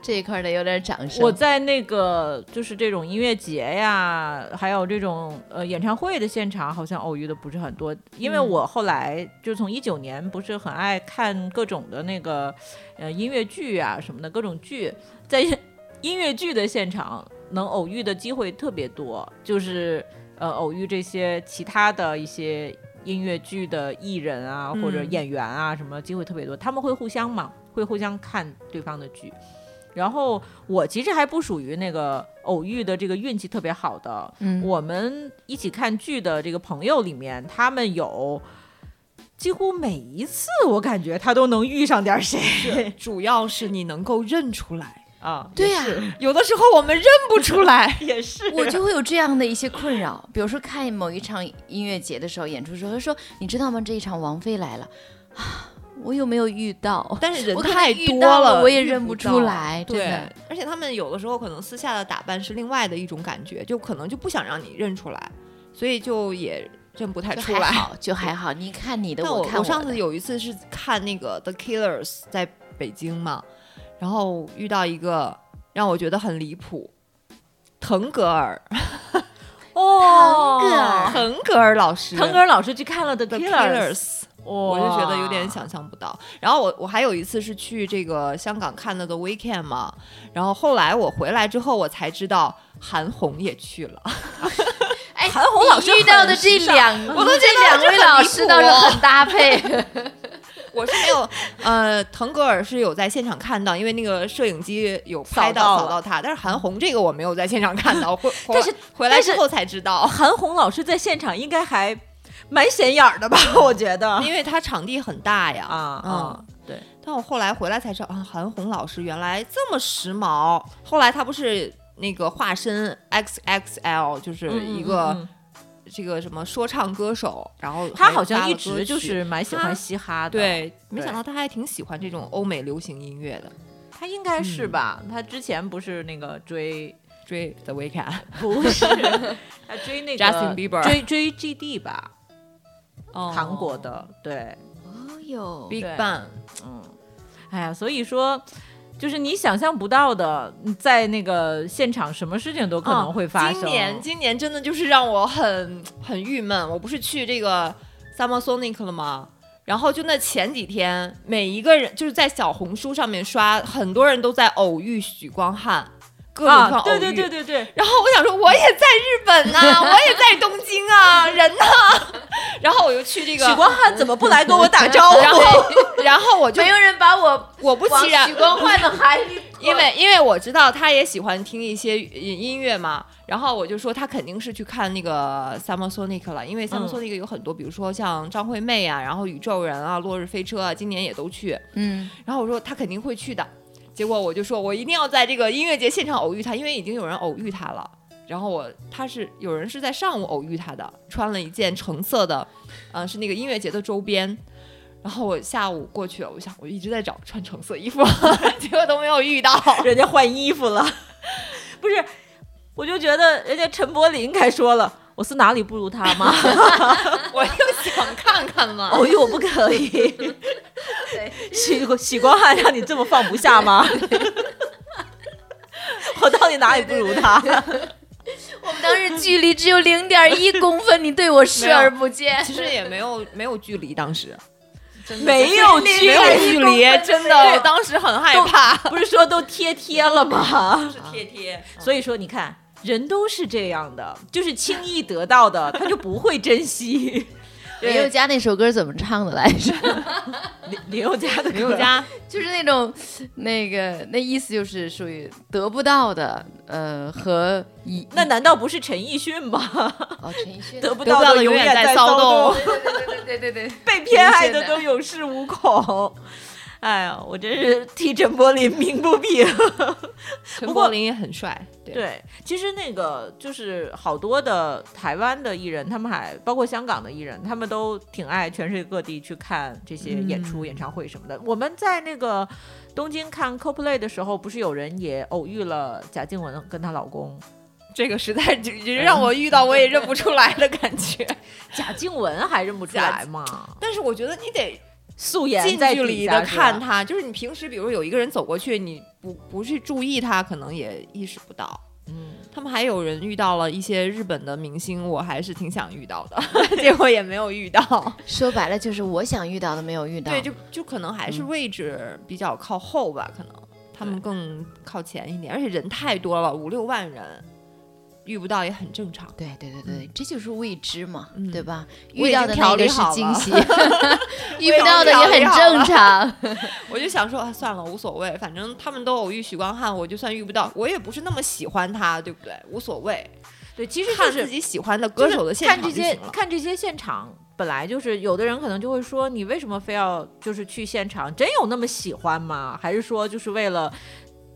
[SPEAKER 5] 这一块的有点掌声。
[SPEAKER 1] 我在那个就是这种音乐节呀，还有这种呃演唱会的现场，好像偶遇的不是很多。因为我后来就从一九年不是很爱看各种的那个呃音乐剧啊什么的各种剧，在音乐剧的现场能偶遇的机会特别多，就是呃偶遇这些其他的一些音乐剧的艺人啊或者
[SPEAKER 2] 嗯
[SPEAKER 1] 演员啊什么机会特别多，他们会互相嘛，会互相看对方的剧。然后我其实还不属于那个偶遇的这个运气特别好的，
[SPEAKER 5] 嗯
[SPEAKER 1] 我们一起看剧的这个朋友里面，他们有几乎每一次我感觉他都能遇上点谁
[SPEAKER 2] 主要是你能够认出来，
[SPEAKER 1] 啊，
[SPEAKER 5] 对呀、
[SPEAKER 2] 有的时候我们认不出
[SPEAKER 5] [LAUGHS]
[SPEAKER 2] 来。
[SPEAKER 1] 也是
[SPEAKER 5] 我就会有这样的一些困扰， [LAUGHS] 比如说看某一场音乐节的时候，演出的时候，他说你知道吗？这一场王菲来了 [SIGHS] 啊，我有没有遇到？
[SPEAKER 2] 但是人
[SPEAKER 5] 我可能
[SPEAKER 2] 太
[SPEAKER 5] 遇
[SPEAKER 2] 多
[SPEAKER 5] 到了，我也
[SPEAKER 2] 遇
[SPEAKER 5] 认不
[SPEAKER 2] 到
[SPEAKER 5] 出来，真
[SPEAKER 2] 对
[SPEAKER 5] 的。，
[SPEAKER 2] 而且他们有的时候可能私下的打扮是另外的一种感觉，就可能就不想让你认出来，所以就也认不太
[SPEAKER 5] 就
[SPEAKER 2] 出
[SPEAKER 5] 还
[SPEAKER 2] 来。
[SPEAKER 5] 好，就还好。你看你的，
[SPEAKER 2] 但我
[SPEAKER 5] 看我
[SPEAKER 2] 上
[SPEAKER 5] 的
[SPEAKER 2] 次有一次是看那个 The Killers 在北京嘛，然后遇到一个让我觉得很离谱，腾格尔，
[SPEAKER 1] 哦，
[SPEAKER 5] 腾格尔
[SPEAKER 2] 腾格尔老师，
[SPEAKER 1] 腾格尔老师去看了 The
[SPEAKER 2] The
[SPEAKER 1] Killers，
[SPEAKER 2] Killers
[SPEAKER 1] 我
[SPEAKER 2] 我就觉得有点想象不到。然后我我还有一次是去这个香港看的 The Weekend 嘛，然后后来我回来之后我才知道韩红也去
[SPEAKER 1] [LAUGHS]
[SPEAKER 2] 了，
[SPEAKER 3] 哎，
[SPEAKER 1] 韩红老师
[SPEAKER 3] 你遇到的
[SPEAKER 1] 很时
[SPEAKER 3] 这
[SPEAKER 1] 尚
[SPEAKER 3] 两，
[SPEAKER 2] 我都觉
[SPEAKER 3] 这
[SPEAKER 2] 得
[SPEAKER 3] 两位老师倒是
[SPEAKER 5] 哦
[SPEAKER 3] 很搭配。
[SPEAKER 2] 我是没有，呃，腾格尔是有在现场看到，因为那个摄影机有拍
[SPEAKER 1] 扫到
[SPEAKER 2] 到
[SPEAKER 1] 了
[SPEAKER 2] 扫到他，但是韩红这个我没有在现场
[SPEAKER 1] [LAUGHS]
[SPEAKER 2] 看到，回回
[SPEAKER 1] 但是
[SPEAKER 2] 回来
[SPEAKER 1] 但是
[SPEAKER 2] 之后才知道，
[SPEAKER 1] 韩红老师在现场应该还蛮显眼儿的吧？ [LAUGHS] 我觉得
[SPEAKER 2] 因为他场地很大呀，
[SPEAKER 1] 啊啊
[SPEAKER 2] 嗯。，
[SPEAKER 1] 对，
[SPEAKER 2] 但我后来回来才知道，啊，韩红老师原来这么时髦。后来她不是那个化身 XXL，就是一个、
[SPEAKER 1] 嗯嗯嗯
[SPEAKER 2] 这个什么说唱歌手，然后
[SPEAKER 1] 他
[SPEAKER 2] 还
[SPEAKER 1] 好像
[SPEAKER 2] 发
[SPEAKER 1] 一
[SPEAKER 2] 了歌
[SPEAKER 1] 直就
[SPEAKER 2] 曲
[SPEAKER 1] 是嗯蛮喜
[SPEAKER 2] 他
[SPEAKER 1] 欢嘻哈的，，
[SPEAKER 2] 对，没想到他还挺喜欢这种欧美流行音乐的。
[SPEAKER 1] 他应该是
[SPEAKER 2] 嗯
[SPEAKER 1] 吧？他之前不是那个
[SPEAKER 2] [LAUGHS]
[SPEAKER 1] 追，
[SPEAKER 2] 追 The Weeknd，
[SPEAKER 1] 不是他追那个
[SPEAKER 2] Justin Bieber 哦
[SPEAKER 1] 追追 GD 吧，韩
[SPEAKER 2] 韩
[SPEAKER 1] 国的，对，
[SPEAKER 5] 哦哟，
[SPEAKER 2] Big
[SPEAKER 1] 对
[SPEAKER 2] Bang，
[SPEAKER 1] 嗯，哎呀，所以说。就是你想象不到的，在那个现场，什么事情都可能会发生。
[SPEAKER 2] 啊哦今年今年真的就是让我很很郁闷。我不是去这个 Summer Sonic 了吗？然后就那前几天，每一个人就是在小红书上面刷，很多人都在偶遇许光汉，各种各
[SPEAKER 1] 啊，
[SPEAKER 2] 样偶遇。
[SPEAKER 1] 对对对。对对，
[SPEAKER 2] 然后我想说，我也在日本
[SPEAKER 1] [LAUGHS]
[SPEAKER 2] 呐、我也在东京啊，人呢？ [LAUGHS] 然后我就去这个
[SPEAKER 1] 许，光汉怎么不来跟我打招呼？ [LAUGHS]
[SPEAKER 2] 然后然后我就
[SPEAKER 3] 没有人把我
[SPEAKER 2] 果不
[SPEAKER 3] 往
[SPEAKER 2] 其然
[SPEAKER 3] 许，光汉的怀里捧，
[SPEAKER 2] 因为因为我知道他也喜欢听一些音音乐嘛，然后我就说他肯定是去看那个 Summer Sonic 了，因为 Summer
[SPEAKER 1] 嗯
[SPEAKER 2] Sonic 有很多，比如说像张惠妹啊，然后宇宙人啊、落日飞车啊，今年也都去。
[SPEAKER 5] 嗯，
[SPEAKER 2] 然后我说他肯定会去的，结果我就说我一定要在这个音乐节现场偶遇他，因为已经有人偶遇他了。然后我他是有人是在上午偶遇他的，穿了一件橙色的，呃，是那个音乐节的周边。然后我下午过去，我想我一直在找穿橙色衣服， [LAUGHS] 结果都没有遇到。
[SPEAKER 1] 人家换衣服了， [LAUGHS] 不是？我就觉得人家陈柏霖该说了，我是哪里不如他吗？ [LAUGHS]
[SPEAKER 2] [LAUGHS] 我就想看看嘛。
[SPEAKER 1] 哦呦，我不可以。许许光汉让你这么放不下吗？ [LAUGHS] 我到底哪里不如他？
[SPEAKER 3] 我们当时距离只有零点一公分，你对我视而不见。
[SPEAKER 2] [LAUGHS] 其实也没有没有距离，当时
[SPEAKER 1] 没有距
[SPEAKER 2] 没有
[SPEAKER 1] 离，
[SPEAKER 2] 距离，真的，我当时很害怕。
[SPEAKER 1] 不是说都贴贴了吗？
[SPEAKER 2] 贴贴，
[SPEAKER 1] [LAUGHS] 所以说，你看，人都是这样的，就是轻易得到的，他就不会珍惜。
[SPEAKER 5] 林宥嘉那首歌怎么唱的来着？ [LAUGHS]
[SPEAKER 1] 林林宥嘉的歌，
[SPEAKER 2] 林宥嘉
[SPEAKER 5] 就是那种，那个那意思就是属于得不到的，呃，和以
[SPEAKER 1] 那难道不是陈奕迅吗？ [LAUGHS]
[SPEAKER 5] 哦陈奕迅
[SPEAKER 1] 得不
[SPEAKER 2] 得不
[SPEAKER 1] 到
[SPEAKER 2] 到
[SPEAKER 1] 的
[SPEAKER 2] 的
[SPEAKER 1] 永
[SPEAKER 2] 永
[SPEAKER 1] 远
[SPEAKER 2] 远
[SPEAKER 1] 在
[SPEAKER 2] 在
[SPEAKER 1] 骚
[SPEAKER 2] 骚
[SPEAKER 1] 动
[SPEAKER 2] 动，
[SPEAKER 3] 对对对对，
[SPEAKER 1] 被偏爱的都有恃无恐。哎呀，我真是替陈柏霖鸣不平。 [LAUGHS]
[SPEAKER 2] 陈柏霖也很帅，对
[SPEAKER 1] 对，其实那个就是好多的台湾的艺人，他们还包括香港的艺人，他们都挺爱全世界各地去看这些演出、演唱会什么的。我们在那个东京看 CoPlay 的时候，不是有人也偶遇了贾静雯跟她老公。
[SPEAKER 2] 这个实在就就让我遇到我也认不出来的感觉。
[SPEAKER 1] 贾静雯还认不出
[SPEAKER 2] 贾
[SPEAKER 1] 来吗？
[SPEAKER 2] [LAUGHS] 但是我觉得你得
[SPEAKER 1] 素颜
[SPEAKER 2] 近
[SPEAKER 1] 在
[SPEAKER 2] 距
[SPEAKER 1] 底
[SPEAKER 2] 离
[SPEAKER 1] 下
[SPEAKER 2] 的
[SPEAKER 1] 是吧
[SPEAKER 2] 看他，就是你平时比如有一个人走过去，你不不去注意他，可能也意识不到。
[SPEAKER 1] 嗯，
[SPEAKER 2] 他们还有人遇到了一些日本的明星，我还是挺想遇到的， [LAUGHS] 结果也没有遇到。
[SPEAKER 5] 说白了就是我想遇到的没有遇到，
[SPEAKER 2] 对，就就可能还是位置比较靠后吧，可能他们更靠前一点，而且人太多了，五六万人，遇不到也很正常。
[SPEAKER 5] 对对对对，这就是未知嘛，
[SPEAKER 2] 嗯
[SPEAKER 5] 对吧？
[SPEAKER 2] 我
[SPEAKER 5] 遇
[SPEAKER 2] 已
[SPEAKER 5] 到
[SPEAKER 2] 经
[SPEAKER 5] 的
[SPEAKER 2] 调
[SPEAKER 5] 那个
[SPEAKER 2] 理
[SPEAKER 5] 是
[SPEAKER 2] 好
[SPEAKER 5] 惊
[SPEAKER 2] 了 [LAUGHS]
[SPEAKER 5] 喜， [LAUGHS] 遇不到的也很正常。
[SPEAKER 2] 我就想说，啊、算了，无所谓，反正他们都偶遇许光汉，我就算遇不到，我也不是那么喜欢他，对不对？无所谓，
[SPEAKER 1] 对，其实就
[SPEAKER 2] 看
[SPEAKER 1] 是
[SPEAKER 2] 自己喜欢的歌手的现场
[SPEAKER 1] 看这
[SPEAKER 2] 就
[SPEAKER 1] 些
[SPEAKER 2] 行了。
[SPEAKER 1] 看这些现场本来就是有的人可能就会说，你为什么非要就是去现场？真有那么喜欢吗？还是说就是为了？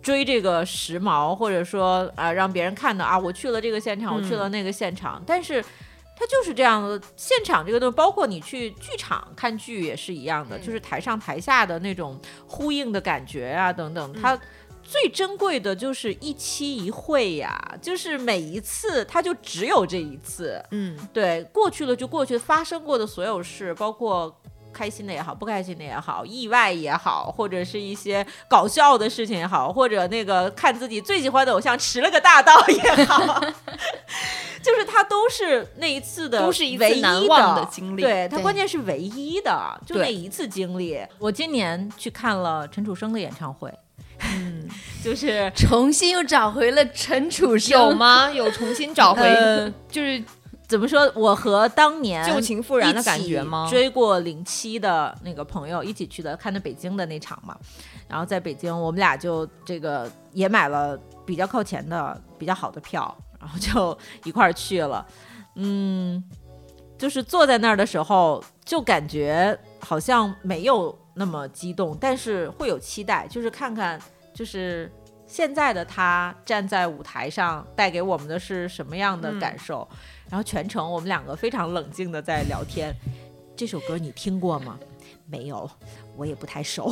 [SPEAKER 1] 追这个时髦，或者说啊、让别人看到啊，我去了这个现场，我去
[SPEAKER 2] 嗯
[SPEAKER 1] 了那个现场。但是它就是这样的，现场这个东西，包括你去剧场看剧也是一样的，就是台上台下的那种呼应的感觉啊，等等，它。最珍贵的就是一期一会呀、就是每一次它就只有这一次，
[SPEAKER 2] 嗯，
[SPEAKER 1] 对，过去了就过去，发生过的所有事，包括开心的也好，不开心的也好，意外也好，或者是一些搞笑的事情也好，或者那个看自己最喜欢的偶像迟了个大到也好， [LAUGHS] 就是它都是那一次的唯一的，
[SPEAKER 2] 都是一次难忘的经历
[SPEAKER 1] 对，它
[SPEAKER 5] 对
[SPEAKER 1] 关键是唯一的，就
[SPEAKER 2] 对
[SPEAKER 1] 那一次经历。我今年去看了陈楚生的演唱会，
[SPEAKER 2] 嗯
[SPEAKER 1] [LAUGHS] 就是
[SPEAKER 5] [LAUGHS] 重新又找回了陈楚生，
[SPEAKER 2] 有？吗？有重新找回
[SPEAKER 1] 呃
[SPEAKER 2] 就是
[SPEAKER 1] 怎么说？我和当年
[SPEAKER 2] 旧情复
[SPEAKER 1] 不
[SPEAKER 2] 燃的感觉吗？
[SPEAKER 1] 追过零七的那个朋友一起去的，看的北京的那场嘛。然后在北京，我们俩就这个也买了比较靠前的、比较好的票，然后就一块儿去了。嗯，就是坐在那儿的时候，就感觉好像没有那么激动，但是会有期待，就是看看就是现在的他站在舞台上带给我们的是什么样的感受。然后全程我们两个非常冷静的在聊天。这首歌你听过吗？没有，我也不太熟。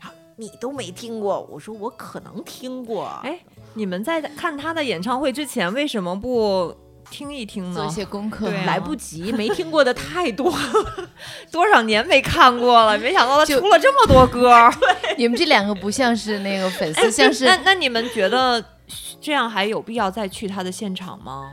[SPEAKER 1] 然后 [LAUGHS] 你都没听过，我说我可能听过。
[SPEAKER 2] 哎，你们在看他的演唱会之前，为什么不听一听
[SPEAKER 5] 做
[SPEAKER 2] 呢
[SPEAKER 5] 一？些功课。
[SPEAKER 2] 对啊
[SPEAKER 1] 来不及，没听过的太多了。
[SPEAKER 2] 多少年没看过 [LAUGHS] 了，没想到他
[SPEAKER 5] 就
[SPEAKER 2] 出了这么多歌 [LAUGHS] 儿。
[SPEAKER 5] [LAUGHS] 你们这两个不像是那个粉丝，像是
[SPEAKER 2] 哎那那你们觉得这样还有必要再去他的现场吗？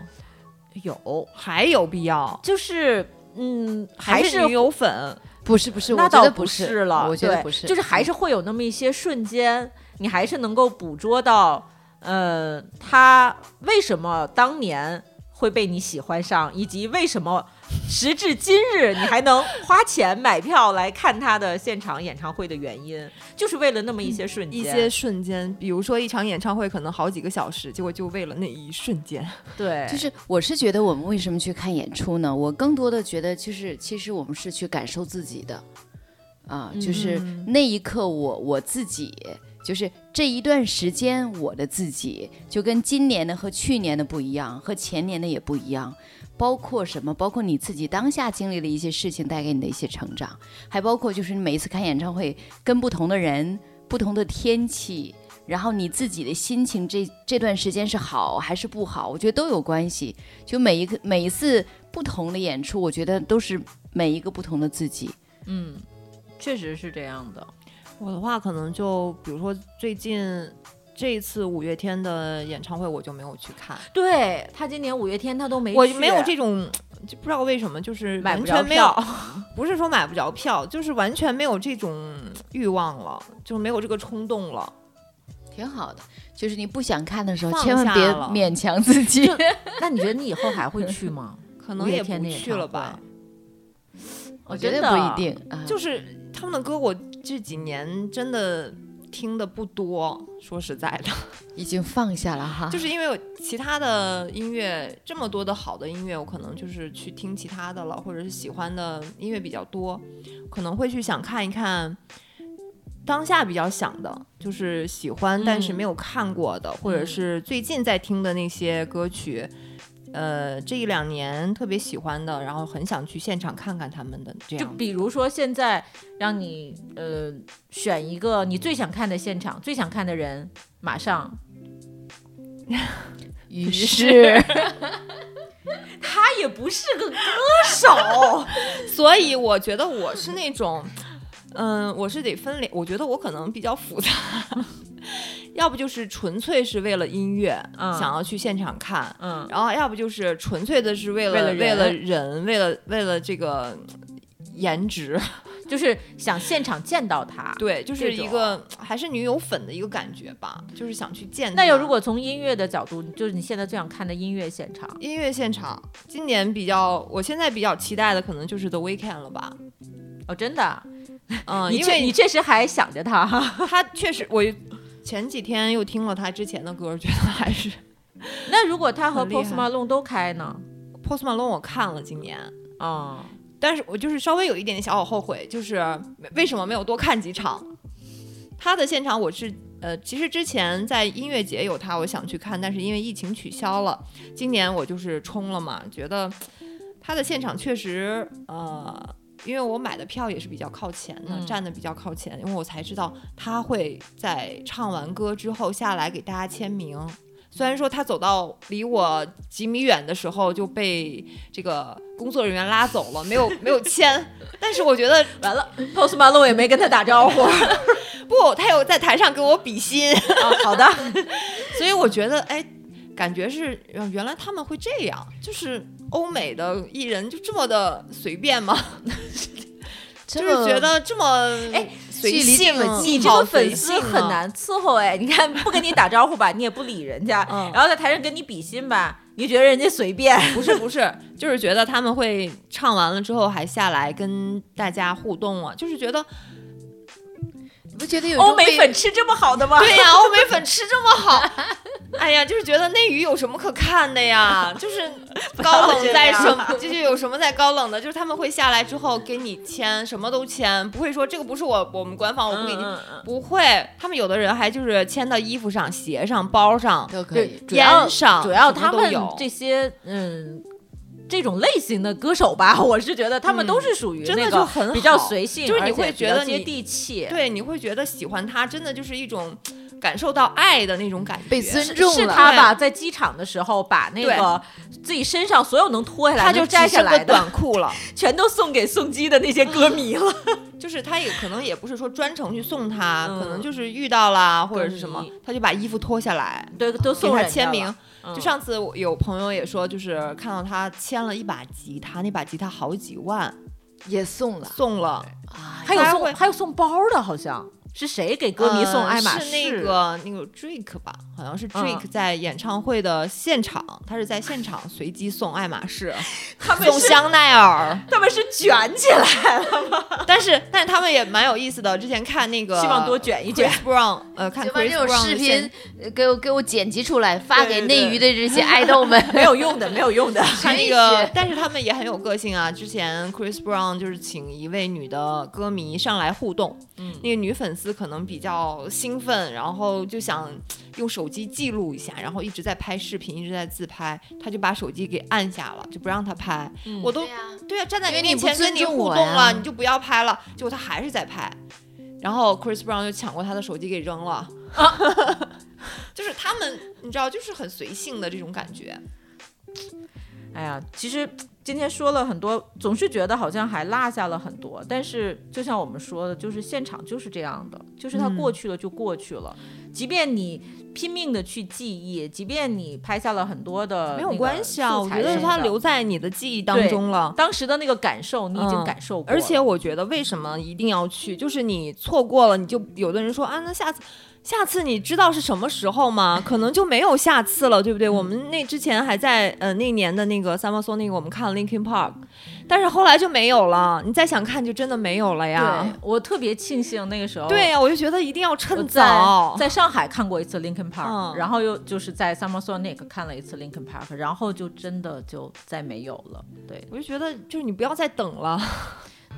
[SPEAKER 1] 有，
[SPEAKER 2] 还有必要？
[SPEAKER 1] [LAUGHS] 就是嗯，还
[SPEAKER 2] 还
[SPEAKER 1] 是
[SPEAKER 2] 女友粉？
[SPEAKER 5] 不是不是，
[SPEAKER 1] 那
[SPEAKER 5] 我觉
[SPEAKER 1] 倒
[SPEAKER 5] 得不
[SPEAKER 1] 是了，
[SPEAKER 5] 我觉得
[SPEAKER 1] 对
[SPEAKER 5] 不是，嗯
[SPEAKER 1] 就是还是会有那么一些瞬间，你还是能够捕捉到，呃，他为什么当年会被你喜欢上，以及为什么时至今日你还能花钱买票来看他的现场演唱会的原因，就是为了那么一些瞬
[SPEAKER 2] 一
[SPEAKER 1] 间，
[SPEAKER 2] 些瞬间，比如说一场演唱会可能好几个小时，结果就为了那一瞬间，
[SPEAKER 1] 对，
[SPEAKER 5] 就是我是觉得我们为什么去看演出呢？我更多的觉得就是其实我们是去感受自己的，啊，就是那一刻我我自己。就是这一段时间，我的自己就跟今年的和去年的不一样，和前年的也不一样。包括什么？包括你自己当下经历的一些事情带给你的一些成长，还包括就是你每一次看演唱会，跟不同的人、不同的天气，然后你自己的心情这这段时间是好还是不好，我觉得都有关系。就每一个每一次不同的演出，我觉得都是每一个不同的自己。
[SPEAKER 1] 嗯，确实是这样的，
[SPEAKER 2] 我的话可能就比如说最近这一次五月天的演唱会我就没有去看，
[SPEAKER 1] 对他今年五月天他都没
[SPEAKER 2] 我
[SPEAKER 1] 去
[SPEAKER 2] 没有这种就不知道为什么就是
[SPEAKER 1] 哎啊买
[SPEAKER 2] 完
[SPEAKER 1] 不着
[SPEAKER 2] 全没有
[SPEAKER 1] 票，
[SPEAKER 2] 不是说买不着票，就是完全没有这种欲望了，就是没有这个冲动了。
[SPEAKER 5] 挺好的，就是你不想看的时候，
[SPEAKER 2] 放
[SPEAKER 5] 千万别
[SPEAKER 2] 下了
[SPEAKER 5] 勉强自 [LAUGHS] 己。
[SPEAKER 1] 那你觉得你以后还会去吗？
[SPEAKER 2] 可
[SPEAKER 1] 五
[SPEAKER 2] 能
[SPEAKER 1] 月
[SPEAKER 2] 也
[SPEAKER 1] 天
[SPEAKER 2] 不
[SPEAKER 1] 的演
[SPEAKER 2] 去
[SPEAKER 1] 唱啊
[SPEAKER 2] 了吧，
[SPEAKER 5] 我觉得
[SPEAKER 1] 真的
[SPEAKER 5] 不一定啊，
[SPEAKER 2] 就是他们的歌，我这几年真的听的不多。说实在的，
[SPEAKER 5] 已经放下了哈。
[SPEAKER 2] 就是因为我其他的音乐这么多的好的音乐，我可能就是去听其他的了，或者是喜欢的音乐比较多，可能会去想看一看当下比较想的，就是喜欢但是没有看过的，或者是最近在听的那些歌曲。呃，这一两年特别喜欢的，然后很想去现场看看他们的这
[SPEAKER 1] 就
[SPEAKER 2] 样。
[SPEAKER 1] 比如说现在让你呃选一个你最想看的现场，最想看的人，马 [LAUGHS] 上
[SPEAKER 5] 于是
[SPEAKER 1] [LAUGHS] 他也不是个歌手，
[SPEAKER 2] 所以我觉得我是那种，嗯，我是得分两，我觉得我可能比较复杂， [LAUGHS] 要不就是纯粹是为了音乐、
[SPEAKER 1] 嗯
[SPEAKER 2] 想要去现场看，
[SPEAKER 1] 嗯，
[SPEAKER 2] 然后要不就是纯粹的是为了
[SPEAKER 1] 为了人
[SPEAKER 2] 为了人为了为了这个
[SPEAKER 1] [LAUGHS]
[SPEAKER 2] 颜值，
[SPEAKER 1] 就是想现场见到他。
[SPEAKER 2] 对，就是
[SPEAKER 1] 这种
[SPEAKER 2] 一个还是女友粉的一个感觉吧，就是想去见他。
[SPEAKER 1] 那要如果从音乐的角度，就是你现在最想看的音乐现场，
[SPEAKER 2] 音乐现场，今年比较，我现在比较期待的可能就是 The Weeknd 了吧，
[SPEAKER 1] 哦，真的啊，
[SPEAKER 2] 嗯，
[SPEAKER 1] 你
[SPEAKER 2] 因
[SPEAKER 1] 确
[SPEAKER 2] 为
[SPEAKER 1] 你确实还想着他 [LAUGHS] 哈。
[SPEAKER 2] 他确实，我前几天又听了他之前的歌，觉得还是
[SPEAKER 1] 那如果他和
[SPEAKER 2] 很厉害
[SPEAKER 1] Post Malone 都开呢？
[SPEAKER 2] Post Malone 我看了今年，
[SPEAKER 1] 哦，
[SPEAKER 2] 但是我就是稍微有一点点小小后悔，就是为什么没有多看几场。他的现场我是呃，其实之前在音乐节有他，我想去看，但是因为疫情取消了。今年我就是冲了嘛，觉得他的现场确实呃，因为我买的票也是比较靠前的，
[SPEAKER 1] 嗯
[SPEAKER 2] 站的比较靠前，因为我才知道他会在唱完歌之后下来给大家签名。虽然说他走到离我几米远的时候就被这个工作人员拉走了，没有 [LAUGHS] 没有签，但是我觉得
[SPEAKER 1] 完了，Post Malone 也没跟他打招呼。
[SPEAKER 2] 不，他有在台上跟我比心，
[SPEAKER 1] 啊，好的，
[SPEAKER 2] 所以我觉得哎，感觉是呃原来他们会这样，就是欧美的艺人就这么的随便 [LAUGHS] 吗？就
[SPEAKER 5] 这
[SPEAKER 2] 是
[SPEAKER 5] 么
[SPEAKER 2] 觉得这么
[SPEAKER 1] 哎
[SPEAKER 2] 随
[SPEAKER 5] 距离
[SPEAKER 2] 性
[SPEAKER 5] 这么
[SPEAKER 1] [LAUGHS]
[SPEAKER 2] 啊，
[SPEAKER 1] 你这
[SPEAKER 2] 好
[SPEAKER 1] 个
[SPEAKER 2] 随
[SPEAKER 1] 粉丝
[SPEAKER 2] 性
[SPEAKER 1] 很
[SPEAKER 2] 啊。
[SPEAKER 1] 难伺候哎。你看，不跟你打招呼吧，你也不理人家，
[SPEAKER 2] 嗯
[SPEAKER 1] 然后在台上跟你比心吧，你觉得人家随便。
[SPEAKER 2] 不是不是，就是觉得他们会唱完了之后还下来跟大家互动啊，就是觉得
[SPEAKER 5] 你不觉得有一种
[SPEAKER 1] 欧美
[SPEAKER 5] 被
[SPEAKER 1] 粉吃这么好的吗？
[SPEAKER 2] 对
[SPEAKER 1] [LAUGHS]
[SPEAKER 2] 呀、欧美粉吃这么好， [LAUGHS] 哎呀，就是觉得内娱有什么可看
[SPEAKER 1] [LAUGHS]
[SPEAKER 2] 的呀？就是高冷在什么，就是有什么在高冷的，就是他们会下来之后给你签，什么都签，不会说这个不是我我们官方，我不
[SPEAKER 1] 嗯
[SPEAKER 2] 给你。
[SPEAKER 1] 嗯嗯
[SPEAKER 2] 不会，他们有的人还就是签到衣服上、鞋上、包上、
[SPEAKER 5] 都可以
[SPEAKER 1] 主要
[SPEAKER 2] 烟上，
[SPEAKER 1] 主要
[SPEAKER 2] 什么
[SPEAKER 1] 他
[SPEAKER 2] 都
[SPEAKER 1] 们
[SPEAKER 2] 有
[SPEAKER 1] 这些嗯。这种类型的歌手吧，我是觉得他们
[SPEAKER 2] 嗯
[SPEAKER 1] 都是属于
[SPEAKER 2] 真的
[SPEAKER 1] 那
[SPEAKER 2] 就
[SPEAKER 1] 个
[SPEAKER 2] 很
[SPEAKER 1] 比较
[SPEAKER 2] 好
[SPEAKER 1] 随性，
[SPEAKER 2] 就是
[SPEAKER 1] 而
[SPEAKER 2] 你
[SPEAKER 1] 且
[SPEAKER 2] 会
[SPEAKER 1] 比
[SPEAKER 2] 觉
[SPEAKER 1] 较
[SPEAKER 2] 得
[SPEAKER 1] 接
[SPEAKER 2] 你
[SPEAKER 1] 地气。
[SPEAKER 2] 对，你会觉得喜欢他，真的就是一种感受到爱的那种感觉。
[SPEAKER 5] 被尊重
[SPEAKER 1] 是
[SPEAKER 5] 了？
[SPEAKER 1] 他吧，
[SPEAKER 2] 对
[SPEAKER 1] 在机场的时候把那
[SPEAKER 2] 对
[SPEAKER 1] 个自己身上所有能脱下来、
[SPEAKER 2] 他就
[SPEAKER 1] 能
[SPEAKER 2] 只
[SPEAKER 1] 摘下
[SPEAKER 2] 剩个
[SPEAKER 1] 来的，
[SPEAKER 2] 短裤了，
[SPEAKER 1] 全都送给送机的那些歌迷了。
[SPEAKER 2] 就是他也可能也不是说专程去送他，
[SPEAKER 1] 嗯
[SPEAKER 2] 可能就是遇到啦或者是什么
[SPEAKER 1] 歌迷，
[SPEAKER 2] 他就把衣服脱下来
[SPEAKER 1] 对，都
[SPEAKER 2] 给
[SPEAKER 1] 送
[SPEAKER 2] 他
[SPEAKER 1] 人家
[SPEAKER 2] 签
[SPEAKER 1] 了
[SPEAKER 2] 名。。
[SPEAKER 1] 嗯
[SPEAKER 2] 就上次我有朋友也说，就是看到他签了一把吉他，那把吉他好几万
[SPEAKER 5] 也送了，
[SPEAKER 2] 送了，
[SPEAKER 5] 哎
[SPEAKER 1] 还有
[SPEAKER 2] 他会
[SPEAKER 1] 送还有送包的，好像是谁给歌迷送
[SPEAKER 2] 呃
[SPEAKER 1] 爱马仕？嗯
[SPEAKER 2] 是那个那个 Drake 吧，好像是 Drake 在演唱会的现场，他是在现场随机送爱马仕，
[SPEAKER 1] 他们
[SPEAKER 2] 送
[SPEAKER 1] 是
[SPEAKER 2] 香奈儿，
[SPEAKER 1] 他们是卷起来了，
[SPEAKER 2] 但是但是他们也蛮有意思的。之前看那
[SPEAKER 1] [LAUGHS]
[SPEAKER 2] 个
[SPEAKER 1] 希望多卷一
[SPEAKER 2] [LAUGHS]
[SPEAKER 1] 卷
[SPEAKER 2] Chris Brown，呃，看
[SPEAKER 3] 就把
[SPEAKER 2] Chris
[SPEAKER 3] 这种
[SPEAKER 2] Brown
[SPEAKER 3] 视
[SPEAKER 2] 的现
[SPEAKER 3] 频呃给我给我剪辑出来，发
[SPEAKER 2] 对
[SPEAKER 3] 给
[SPEAKER 2] 对
[SPEAKER 3] 内娱的这些爱豆们。
[SPEAKER 5] [LAUGHS]
[SPEAKER 1] 没有用的，没有用的。
[SPEAKER 2] 看那
[SPEAKER 3] 真
[SPEAKER 2] 个
[SPEAKER 3] 是，
[SPEAKER 2] 但是他们也很有个性啊。之前 Chris Brown 就是请一位女的歌迷上来互动，
[SPEAKER 1] 嗯
[SPEAKER 2] 那个女粉丝可能比较兴奋，然后就想用手机记录一下，然后一直在拍视频，一直在自拍，他就把手机给按下了，就不让他拍。我都
[SPEAKER 3] 对呀
[SPEAKER 2] 对啊，站在
[SPEAKER 5] 嗯因
[SPEAKER 2] 你
[SPEAKER 5] 为
[SPEAKER 2] 面
[SPEAKER 5] 你不
[SPEAKER 2] 前跟
[SPEAKER 5] 尊
[SPEAKER 2] 你
[SPEAKER 5] 重
[SPEAKER 2] 互
[SPEAKER 5] 我
[SPEAKER 2] 动了，
[SPEAKER 5] 呀
[SPEAKER 2] 你就不要拍了。结果他还是在拍，然后 Chris Brown 就抢过他的手机给扔了。
[SPEAKER 5] 啊
[SPEAKER 2] [LAUGHS] 就是他们，你知道，就是很随性的这种感觉。
[SPEAKER 1] [LAUGHS] 哎呀，其实今天说了很多，总是觉得好像还落下了很多，但是就像我们说的，就是现场就是这样的，就是它
[SPEAKER 2] 嗯
[SPEAKER 1] 过去了就过去了，即便你拼命的去记忆，即便你拍下了很多的呃那
[SPEAKER 2] 没有
[SPEAKER 1] 个
[SPEAKER 2] 关系啊，
[SPEAKER 1] 素
[SPEAKER 2] 我
[SPEAKER 1] 材
[SPEAKER 2] 觉得
[SPEAKER 1] 什么
[SPEAKER 2] 它
[SPEAKER 1] 的
[SPEAKER 2] 留在你的记忆当
[SPEAKER 1] 对
[SPEAKER 2] 中了。
[SPEAKER 1] 当时的那个感受，你已经
[SPEAKER 2] 嗯
[SPEAKER 1] 感受过了、
[SPEAKER 2] 而且我觉得为什么一定要去，就是你错过了，你就有的人说啊，那下次。下次你知道是什么时候吗？可能就没有下次了，对不对？我们那之前还在呃那年的那个 Summer Sonic，我们看了 Linkin Park，但是后来就没有了。你再想看就真的没有了呀
[SPEAKER 1] 对。我特别庆幸那个时候，
[SPEAKER 2] 对呀、我就觉得一定要
[SPEAKER 1] 我
[SPEAKER 2] 趁
[SPEAKER 1] 在
[SPEAKER 2] 早。
[SPEAKER 1] 在上海看过一次 Linkin Park，、
[SPEAKER 2] 嗯
[SPEAKER 1] 然后又就是在 Summer Sonic 看了一次 Linkin Park，然后就真的就再没有了。对，
[SPEAKER 2] 我就觉得就是你不要再等了。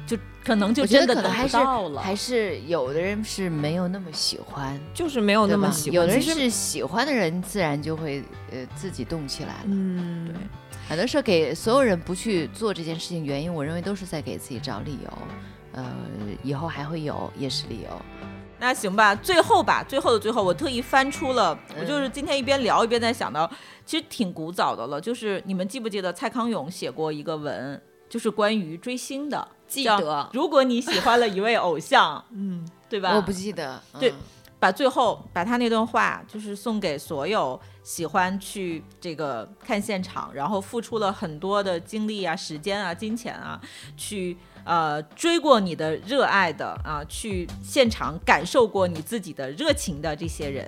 [SPEAKER 1] 就可能就
[SPEAKER 5] 我觉
[SPEAKER 1] 真
[SPEAKER 5] 得
[SPEAKER 1] 的
[SPEAKER 5] 可
[SPEAKER 1] 等
[SPEAKER 5] 能还
[SPEAKER 1] 不
[SPEAKER 5] 是
[SPEAKER 1] 到了。
[SPEAKER 5] 还是有的人是没有那么喜欢，
[SPEAKER 2] 就是没有
[SPEAKER 5] 对
[SPEAKER 2] 哦那么
[SPEAKER 5] 吧
[SPEAKER 2] 喜欢。
[SPEAKER 5] 有的人
[SPEAKER 2] 其实，
[SPEAKER 5] 是喜欢的人，自然就会呃自己动起来了。
[SPEAKER 2] 嗯，对。
[SPEAKER 5] 很多时候给所有人不去做这件事情，原因我认为都是在给自己找理由。呃，以后还会有，也是理由。
[SPEAKER 1] 那行吧，最后吧，最后的最后，我特意翻出了，我
[SPEAKER 5] 嗯
[SPEAKER 1] 就是今天一边聊一边在想到，其实挺古早的了。就是你们记不记得蔡康永写过一个文，就是关于追星的，
[SPEAKER 2] 记
[SPEAKER 1] 叫
[SPEAKER 2] 得
[SPEAKER 1] 如果你喜欢了一位偶像，
[SPEAKER 2] 嗯，
[SPEAKER 1] 对吧？
[SPEAKER 5] 我不记得。
[SPEAKER 1] 对
[SPEAKER 5] 嗯
[SPEAKER 1] 把最后把他那段话，就是送给所有喜欢去这个看现场，然后付出了很多的精力啊、时间啊、金钱啊，去呃追过你的热爱的啊，去现场感受过你自己的热情的这些人，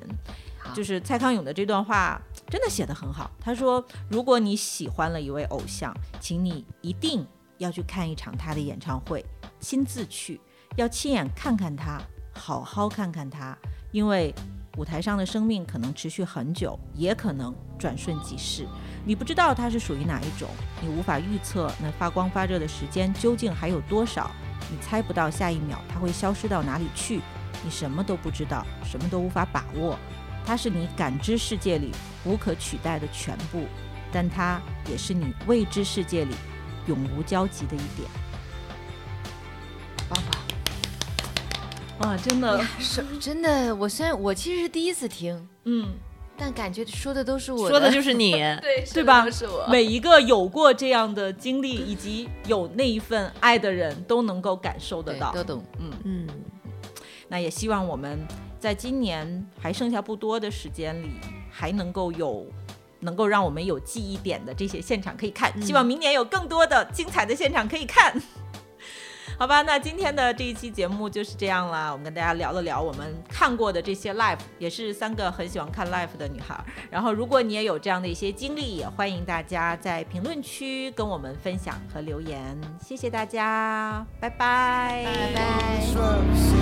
[SPEAKER 5] 好
[SPEAKER 1] 就是蔡康永的这段话真的写得很好。他说：“如果你喜欢了一位偶像，请你一定要去看一场他的演唱会，亲自去，要亲眼看看他，好好看看他，因为舞台上的生命可能持续很久，也可能转瞬即逝。你不知道它是属于哪一种，你无法预测那发光发热的时间究竟还有多少，你猜不到下一秒它会消失到哪里去，你什么都不知道，什么都无法把握。它是你感知世界里无可取代的全部，但它也是你未知世界里永无交集的一点。哇，真的，
[SPEAKER 5] 是嗯真的，我虽然我其实是第一次听，
[SPEAKER 1] 嗯，
[SPEAKER 5] 但感觉说的都是我
[SPEAKER 2] 说的就是你，
[SPEAKER 3] 对
[SPEAKER 1] 对吧
[SPEAKER 3] 是我。
[SPEAKER 1] 每一个有过这样的经历以及有那一份爱的人都能够感受得
[SPEAKER 5] 对
[SPEAKER 1] 到。
[SPEAKER 5] 都懂。
[SPEAKER 1] 嗯，
[SPEAKER 2] 嗯，
[SPEAKER 1] 那也希望我们在今年还剩下不多的时间里，还能够有。能够让我们有记忆点的这些现场可以看，希望明年有更多的精彩的现场可以看。 [LAUGHS] 好吧，那今天的这一期节目就是这样啦。我们跟大家聊了聊我们看过的这些 live，也是三个很喜欢看 live 的女孩儿。然后，如果你也有这样的一些经历，也欢迎大家在评论区跟我们分享和留言。谢谢大家，拜拜
[SPEAKER 3] 拜拜。
[SPEAKER 6] Trust. Oh,